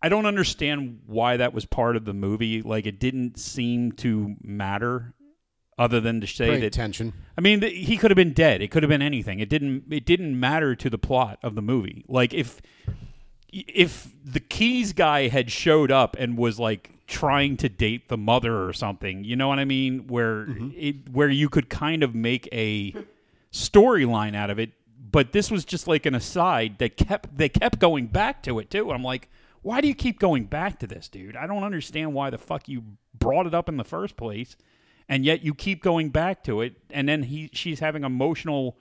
[SPEAKER 4] I don't understand why that was part of the movie. Like, it didn't seem to matter, other than to say
[SPEAKER 5] Pay
[SPEAKER 4] that.
[SPEAKER 5] attention.
[SPEAKER 4] I mean, th- he could have been dead. It could have been anything. It didn't. It didn't matter to the plot of the movie. Like if if the keys guy had showed up and was like trying to date the mother or something, you know what I mean? Where it where you could kind of make a storyline out of it, but this was just like an aside that kept they kept going back to it too. I'm like, why do you keep going back to this, dude? I don't understand why the fuck you brought it up in the first place, and yet you keep going back to it. And then he she's having emotional,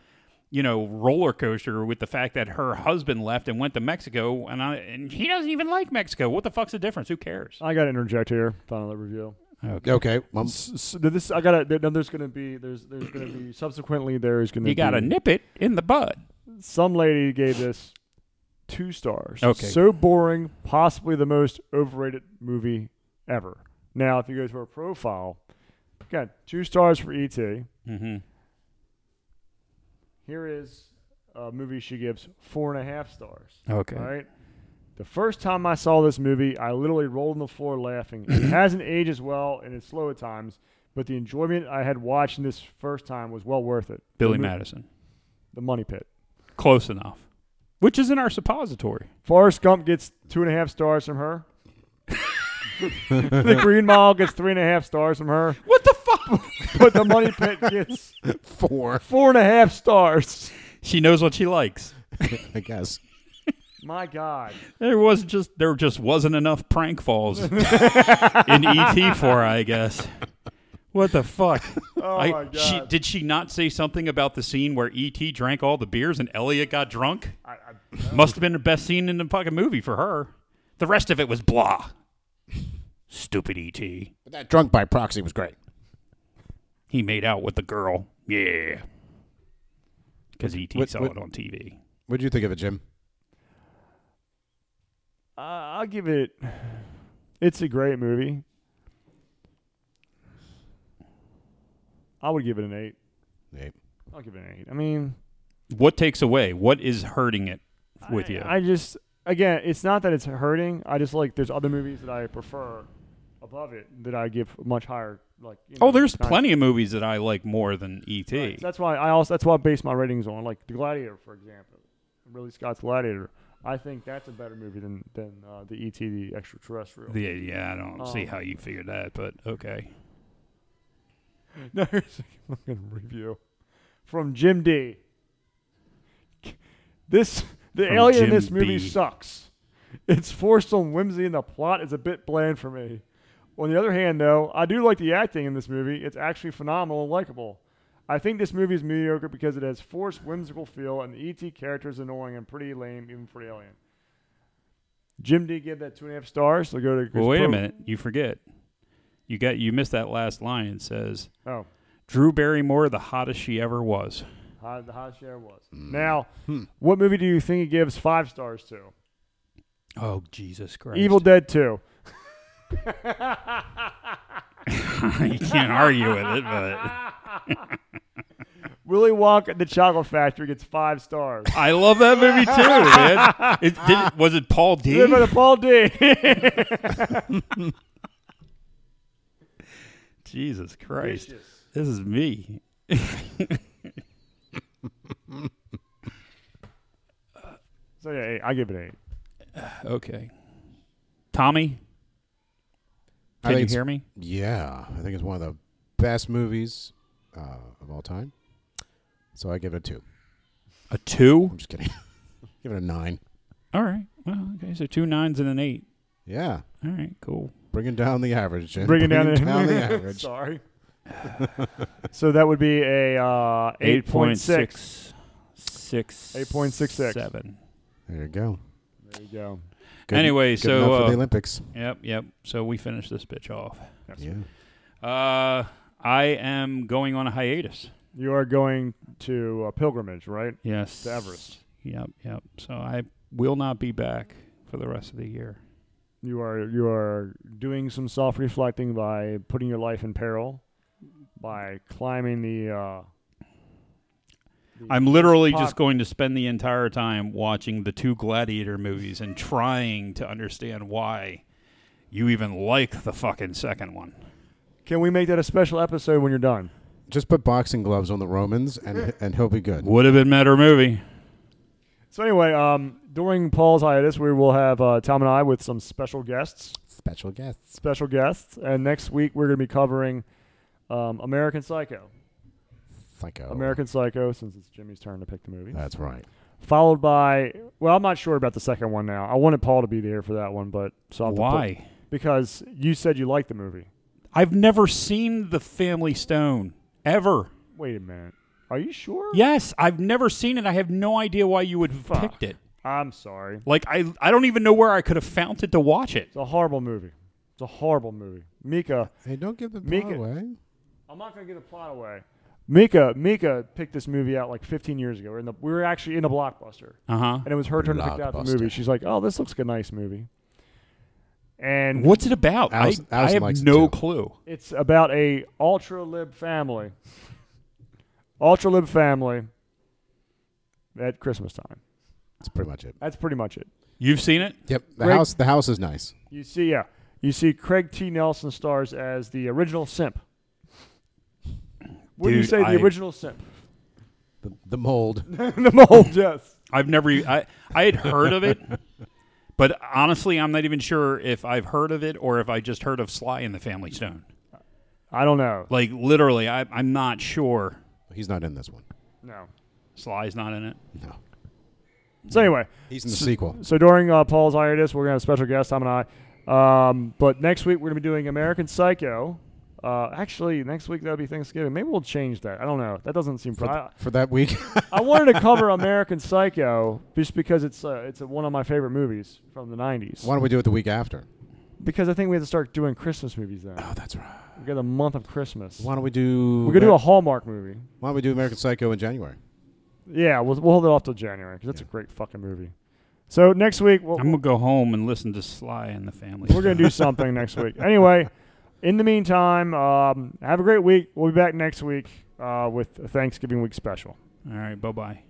[SPEAKER 4] you know, roller coaster with the fact that her husband left and went to Mexico, and I and he doesn't even like Mexico. What the fuck's the difference? Who cares?
[SPEAKER 3] I got to interject here. Final review.
[SPEAKER 5] Okay, well,
[SPEAKER 3] S- s- this I got to. There's going to be there's there's going to be subsequently there is going to
[SPEAKER 4] You got to nip it in the bud.
[SPEAKER 3] some lady gave this two stars.
[SPEAKER 4] Okay.
[SPEAKER 3] So boring, possibly the most overrated movie ever. Now, if you go to her profile, again, two stars for E ET.
[SPEAKER 4] Mm-hmm.
[SPEAKER 3] Here is a movie she gives four and a half stars.
[SPEAKER 4] Okay.
[SPEAKER 3] All right. The first time I saw this movie, I literally rolled on the floor laughing. It hasn't aged as well and it's slow at times, but the enjoyment I had watching this first time was well worth it.
[SPEAKER 4] Billy
[SPEAKER 3] The mo-
[SPEAKER 4] Madison.
[SPEAKER 3] The Money Pit.
[SPEAKER 4] Close enough. Which is in our suppository.
[SPEAKER 3] Forrest Gump gets two and a half stars from her. the Green Mile gets three and a half stars from her,
[SPEAKER 4] What the fuck?
[SPEAKER 3] but the Money Pit gets
[SPEAKER 5] four,
[SPEAKER 3] four and a half stars.
[SPEAKER 4] she knows what she likes.
[SPEAKER 5] I guess.
[SPEAKER 3] My God,
[SPEAKER 4] There was just there just wasn't enough prank falls in ET for her, I guess. What the fuck?
[SPEAKER 3] Oh,
[SPEAKER 4] I-
[SPEAKER 3] my God.
[SPEAKER 4] She, did she not say something about the scene where ET drank all the beers and Elliot got drunk?
[SPEAKER 3] I, I,
[SPEAKER 4] Must have been the best scene in the fucking movie for her. The rest of it was blah. Stupid E ET.
[SPEAKER 5] But that drunk by proxy was great.
[SPEAKER 4] He made out with the girl. Yeah. Because ET
[SPEAKER 5] what-
[SPEAKER 4] saw
[SPEAKER 5] what-
[SPEAKER 4] it on TV.
[SPEAKER 5] What did you think of it, Jim?
[SPEAKER 3] I- I'll give it. It's a great movie. I would give it an eight.
[SPEAKER 5] Nate?
[SPEAKER 3] I'll give it an eight. I mean,
[SPEAKER 4] What takes away? What is hurting it with
[SPEAKER 3] I,
[SPEAKER 4] you?
[SPEAKER 3] I just again, it's not that it's hurting. I just like there's other movies that I prefer above it that I give much higher. Like you
[SPEAKER 4] oh,
[SPEAKER 3] know,
[SPEAKER 4] there's
[SPEAKER 3] content.
[SPEAKER 4] plenty of movies that I like more than E ET.
[SPEAKER 3] Right, so that's why I also that's why I base my ratings on like The Gladiator, for example, Ridley Scott's Gladiator. I think that's a better movie than than uh, the ET, the extraterrestrial.
[SPEAKER 4] yeah, yeah, I don't see
[SPEAKER 3] Um,
[SPEAKER 4] how you figured that, but okay.
[SPEAKER 3] now here's a fucking review from Jim D. This the
[SPEAKER 4] From
[SPEAKER 3] alien in
[SPEAKER 4] Jim
[SPEAKER 3] this movie
[SPEAKER 4] B.
[SPEAKER 3] sucks. It's forced on whimsy and the plot is a bit bland for me. On the other hand, though, I do like the acting in this movie. It's actually phenomenal and likable. I think this movie is mediocre because it has forced whimsical feel and the ET character is annoying and pretty lame even for the alien. Jim D gave that two and a half stars. So go to his
[SPEAKER 4] Well, wait
[SPEAKER 3] pro-
[SPEAKER 4] a minute. You forget. You got you missed that last line. It says
[SPEAKER 3] Oh,
[SPEAKER 4] Drew Barrymore, the hottest she ever was.
[SPEAKER 3] How, the high share was.
[SPEAKER 5] Hmm.
[SPEAKER 3] Now, what movie do you think he gives five stars to?
[SPEAKER 4] Oh Jesus Christ!
[SPEAKER 3] Evil Dead 2.
[SPEAKER 4] you can't argue with it, but
[SPEAKER 3] Willy Wonka and the Chocolate Factory gets five stars.
[SPEAKER 4] I love that movie too, man. It, did it, was it Paul D?
[SPEAKER 3] Live in a Paul D.
[SPEAKER 4] Jesus Christ. This is me.
[SPEAKER 3] so, yeah, eight. I give it eight.
[SPEAKER 4] Okay. Tommy, can
[SPEAKER 5] I think
[SPEAKER 4] you
[SPEAKER 5] it's-
[SPEAKER 4] hear me?
[SPEAKER 5] Yeah, I think it's one of the best movies uh, of all time. So I give it a two.
[SPEAKER 4] A two?
[SPEAKER 5] I'm just kidding. give it a nine.
[SPEAKER 4] All right. Well, okay. So two nines and an eight.
[SPEAKER 5] Yeah,
[SPEAKER 4] All right. Cool.
[SPEAKER 5] bringing down the average. Jim.
[SPEAKER 3] Bringing down the-
[SPEAKER 5] the average.
[SPEAKER 3] Sorry. so that would be a uh, 8.6. 8.66.
[SPEAKER 4] 8.67.
[SPEAKER 5] There you go.
[SPEAKER 3] There you go.
[SPEAKER 5] Good,
[SPEAKER 4] Anyway,
[SPEAKER 5] good
[SPEAKER 4] so,
[SPEAKER 5] enough for
[SPEAKER 4] uh,
[SPEAKER 5] the Olympics.
[SPEAKER 4] Yep. Yep. So we finished this bitch off.
[SPEAKER 5] Yeah.
[SPEAKER 4] Uh, I am going on a hiatus.
[SPEAKER 3] You are going to a pilgrimage, right?
[SPEAKER 4] Yes.
[SPEAKER 3] To Everest.
[SPEAKER 4] Yep. Yep. So I will not be back for the rest of the year.
[SPEAKER 3] You are you are doing some self reflecting by putting your life in peril by climbing the. Uh, the-
[SPEAKER 4] I'm literally just
[SPEAKER 3] Pop-
[SPEAKER 4] going to spend the entire time watching the two Gladiator movies and trying to understand why you even like the fucking second one.
[SPEAKER 3] Can we make that a special episode when you're done?
[SPEAKER 5] Just put boxing gloves on the Romans,
[SPEAKER 3] Mm.
[SPEAKER 5] and and he'll be good.
[SPEAKER 4] Would have been better movie.
[SPEAKER 3] So anyway, um, during Paul's hiatus, we will have uh, Tom and I with some special guests.
[SPEAKER 5] Special guests.
[SPEAKER 3] Special guests, and next week we're going to be covering um, American Psycho.
[SPEAKER 5] Psycho.
[SPEAKER 3] American Psycho, since it's Jimmy's turn to pick the movie.
[SPEAKER 5] That's right.
[SPEAKER 3] Followed by, well, I'm not sure about the second one now. I wanted Paul to be there for that one, but so I'll have to put-
[SPEAKER 4] Why?
[SPEAKER 3] because you said you liked the movie.
[SPEAKER 4] I've never seen The Family Stone ever.
[SPEAKER 3] Wait a minute. Are you sure?
[SPEAKER 4] Yes, I've never seen it. I have no idea why you would have
[SPEAKER 3] Fuck.
[SPEAKER 4] picked it.
[SPEAKER 3] I'm sorry.
[SPEAKER 4] Like I, I don't even know where I could have found it to watch it.
[SPEAKER 3] It's a horrible movie. It's a horrible movie. Mika,
[SPEAKER 5] Hey, don't give the
[SPEAKER 3] Make
[SPEAKER 5] plot
[SPEAKER 3] it-
[SPEAKER 5] away.
[SPEAKER 3] I'm not gonna give the plot away. Mika, Mika picked this movie out like 15 years ago. In the, we were actually in a blockbuster,
[SPEAKER 4] Uh huh.
[SPEAKER 3] and it was her turn to pick out the
[SPEAKER 5] Blockbuster.
[SPEAKER 3] movie. She's like, "Oh, this looks like a nice movie," and
[SPEAKER 4] What's it about?
[SPEAKER 5] Allison-
[SPEAKER 4] I, I
[SPEAKER 5] Allison likes
[SPEAKER 4] have
[SPEAKER 5] it
[SPEAKER 4] no
[SPEAKER 5] too.
[SPEAKER 4] clue.
[SPEAKER 3] It's about a ultra lib family. ultra lib family at Christmas time.
[SPEAKER 5] That's pretty much it.
[SPEAKER 3] That's pretty much it.
[SPEAKER 4] You've seen it?
[SPEAKER 5] Yep. The
[SPEAKER 3] Greg-
[SPEAKER 5] house. The house is nice.
[SPEAKER 3] You see, yeah, you see Craig T. Nelson stars as the original simp. Would you
[SPEAKER 4] Dude,
[SPEAKER 3] say the
[SPEAKER 4] I-
[SPEAKER 3] original simp?
[SPEAKER 5] The, the mold.
[SPEAKER 3] the mold, yes.
[SPEAKER 4] I've never. e- I I had heard of it, but honestly, I'm not even sure if I've heard of it or if I just heard of Sly and the Family Stone.
[SPEAKER 3] I don't know.
[SPEAKER 4] Like literally, I, I'm not sure.
[SPEAKER 5] He's not in this one.
[SPEAKER 3] No.
[SPEAKER 4] Sly's not in it.
[SPEAKER 5] No.
[SPEAKER 3] So anyway,
[SPEAKER 5] He's in the sequel.
[SPEAKER 3] so during uh, Paul's hiatus, we're gonna have a special guest, Tom and I. Um, but next week we're gonna be doing American Psycho. Uh, actually, next week that'll be Thanksgiving. Maybe we'll change that. I don't know. That doesn't seem.
[SPEAKER 5] For,
[SPEAKER 3] I,
[SPEAKER 5] for that week.
[SPEAKER 3] I wanted to cover American Psycho just because it's uh, it's one of my favorite movies from the '90s.
[SPEAKER 5] Why don't we do it the week after?
[SPEAKER 3] Because I think we have to start doing Christmas movies then.
[SPEAKER 5] Oh, that's right.
[SPEAKER 3] We got a month of Christmas.
[SPEAKER 5] Why don't we do?
[SPEAKER 3] We're gonna do a Hallmark movie.
[SPEAKER 5] Why don't we do American Psycho in January?
[SPEAKER 3] Yeah, we'll, we'll hold it off till January because that's a great fucking movie. So next week we'll,
[SPEAKER 4] I'm gonna go home and listen to Sly and the Family.
[SPEAKER 3] we're gonna do something next week. Anyway, in the meantime, um, have a great week. We'll be back next week uh, with a Thanksgiving week special.
[SPEAKER 4] All right. Bye bye.